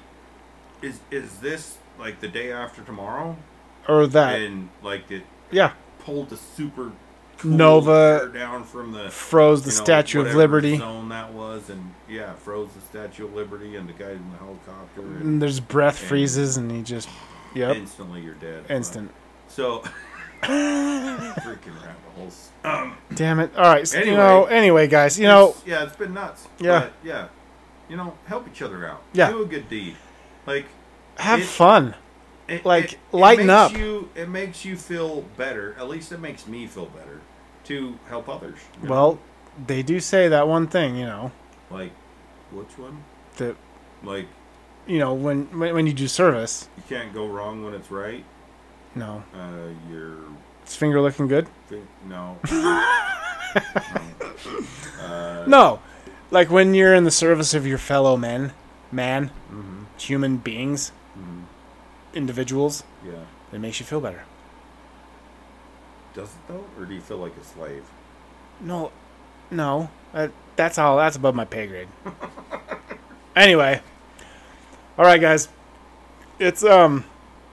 [SPEAKER 2] is is this like the day after tomorrow?
[SPEAKER 1] Or that.
[SPEAKER 2] and like it
[SPEAKER 1] yeah.
[SPEAKER 2] pulled the super
[SPEAKER 1] Nova-
[SPEAKER 2] air down from the
[SPEAKER 1] Froze the
[SPEAKER 2] you know,
[SPEAKER 1] Statue of
[SPEAKER 2] whatever
[SPEAKER 1] Liberty.
[SPEAKER 2] zone that was, and yeah, froze the Statue of Liberty and the guy in the helicopter. And
[SPEAKER 1] And there's breath
[SPEAKER 2] And-
[SPEAKER 1] freezes, and he just, Mm, yep,
[SPEAKER 2] Instantly, you're dead.
[SPEAKER 1] instant. [laughs]
[SPEAKER 2] So [laughs] freaking rabbit holes. Um,
[SPEAKER 1] Damn it! All right, so, you
[SPEAKER 2] Anyway.
[SPEAKER 1] know. Anyway, guys, you know,
[SPEAKER 2] it's- yeah, it's been nuts.
[SPEAKER 1] Yeah.
[SPEAKER 2] but, yeah. You know, help each other out.
[SPEAKER 1] Yeah.
[SPEAKER 2] do a good deed. Like,
[SPEAKER 1] have
[SPEAKER 2] it's-
[SPEAKER 1] fun.
[SPEAKER 2] it,
[SPEAKER 1] Like,
[SPEAKER 2] it- it
[SPEAKER 1] lighten
[SPEAKER 2] makes
[SPEAKER 1] up.
[SPEAKER 2] You, it makes you feel better. At least it makes me feel better to help others. you know?
[SPEAKER 1] Well, they do say that one thing, you know,
[SPEAKER 2] like which one?
[SPEAKER 1] that
[SPEAKER 2] Like
[SPEAKER 1] you know when when, when you do service,
[SPEAKER 2] you can't go wrong when it's right.
[SPEAKER 1] no,
[SPEAKER 2] Uh, you're
[SPEAKER 1] it's finger looking good.
[SPEAKER 2] fi-
[SPEAKER 1] [laughs]
[SPEAKER 2] no. Uh,
[SPEAKER 1] No, like when you're in the service of your fellow men, man,
[SPEAKER 2] mm-hmm.
[SPEAKER 1] human beings, individuals,
[SPEAKER 2] Yeah.
[SPEAKER 1] it makes you feel better.
[SPEAKER 2] Does it though, or do you feel like a slave?
[SPEAKER 1] No, no, that, that's all. That's above my pay grade. [laughs] anyway, all right, guys, it's um,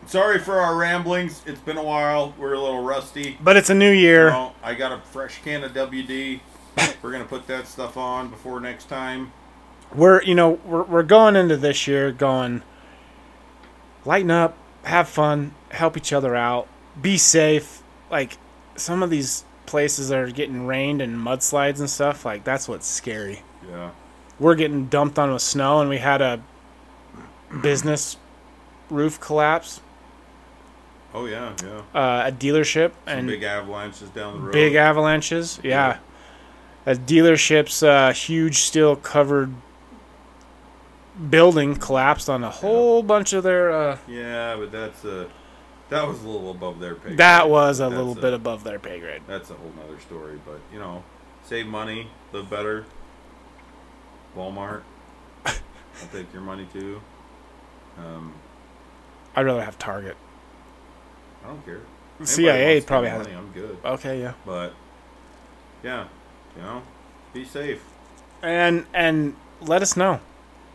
[SPEAKER 2] Sorry for our ramblings. It's been a while. We're a little rusty.
[SPEAKER 1] but it's a new year.
[SPEAKER 2] No, I got a fresh can of WD. We're gonna put that stuff on before next time.
[SPEAKER 1] We're you know we're we're going into this year going, lighten up, have fun, help each other out, be safe. Like some of these places are getting rained and mudslides and stuff. Like that's what's scary.
[SPEAKER 2] Yeah.
[SPEAKER 1] we're getting dumped on with snow and we had a business roof collapse
[SPEAKER 2] Oh yeah, yeah.
[SPEAKER 1] uh, a dealership and
[SPEAKER 2] Big avalanches down the road.
[SPEAKER 1] big avalanches yeah, a dealership's uh, huge steel covered building collapsed on a whole bunch of their uh,
[SPEAKER 2] yeah, but that's a that was a little above their pay.
[SPEAKER 1] that
[SPEAKER 2] grade.
[SPEAKER 1] was a
[SPEAKER 2] That's
[SPEAKER 1] little bit above their pay grade
[SPEAKER 2] that's a whole nother story. But you know, save money, live better.
[SPEAKER 1] [laughs]
[SPEAKER 2] Walmart, I'll take your money too. Um,
[SPEAKER 1] i'd rather have target
[SPEAKER 2] I don't care. Anybody
[SPEAKER 1] CIA
[SPEAKER 2] wants to
[SPEAKER 1] probably
[SPEAKER 2] give me
[SPEAKER 1] has-
[SPEAKER 2] money. I'm good,
[SPEAKER 1] okay yeah
[SPEAKER 2] but yeah, you know, be safe.
[SPEAKER 1] and and let us know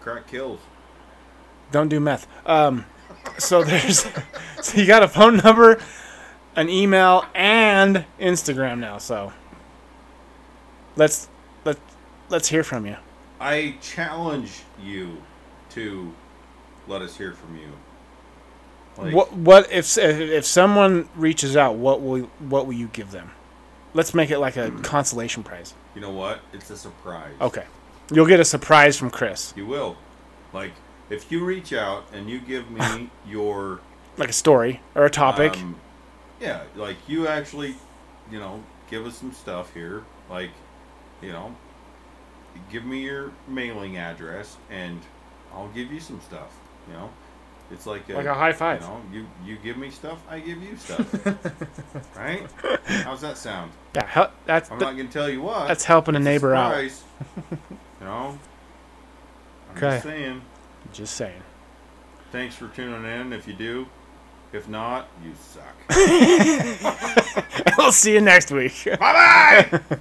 [SPEAKER 2] Crack kills.
[SPEAKER 1] don't do meth. Um, so [laughs] there's, so you got a phone number, an email, and Instagram now. So let's let let's hear from you.
[SPEAKER 2] I challenge you to let us hear from you. Like,
[SPEAKER 1] what what if if someone reaches out? What will what will you give them? Let's make it like a consolation prize.
[SPEAKER 2] You know what? It's a surprise.
[SPEAKER 1] Okay, you'll get a surprise from Chris,
[SPEAKER 2] You will. Like, if you reach out and you
[SPEAKER 1] [laughs]
[SPEAKER 2] give me your
[SPEAKER 1] like a story or a topic.
[SPEAKER 2] Um, yeah, like you actually, you know, give us some stuff here. Like, you know, give me your mailing address and I'll give you some stuff. You know, it's like a,
[SPEAKER 1] Like a high five.
[SPEAKER 2] You know, you you give me stuff, I give you stuff.
[SPEAKER 1] [laughs]
[SPEAKER 2] right? How's that sound?
[SPEAKER 1] yeah, hel- that's
[SPEAKER 2] I'm
[SPEAKER 1] th-
[SPEAKER 2] not gonna tell you what.
[SPEAKER 1] that's helping a
[SPEAKER 2] It's
[SPEAKER 1] neighbor out. [laughs]
[SPEAKER 2] surprise. you know. I'm
[SPEAKER 1] Okay.
[SPEAKER 2] just saying.
[SPEAKER 1] Just saying. [laughs]
[SPEAKER 2] Thanks for tuning in. If you do,
[SPEAKER 1] [laughs]
[SPEAKER 2] if not, you suck.
[SPEAKER 1] I'll see you next week.
[SPEAKER 2] bye bye.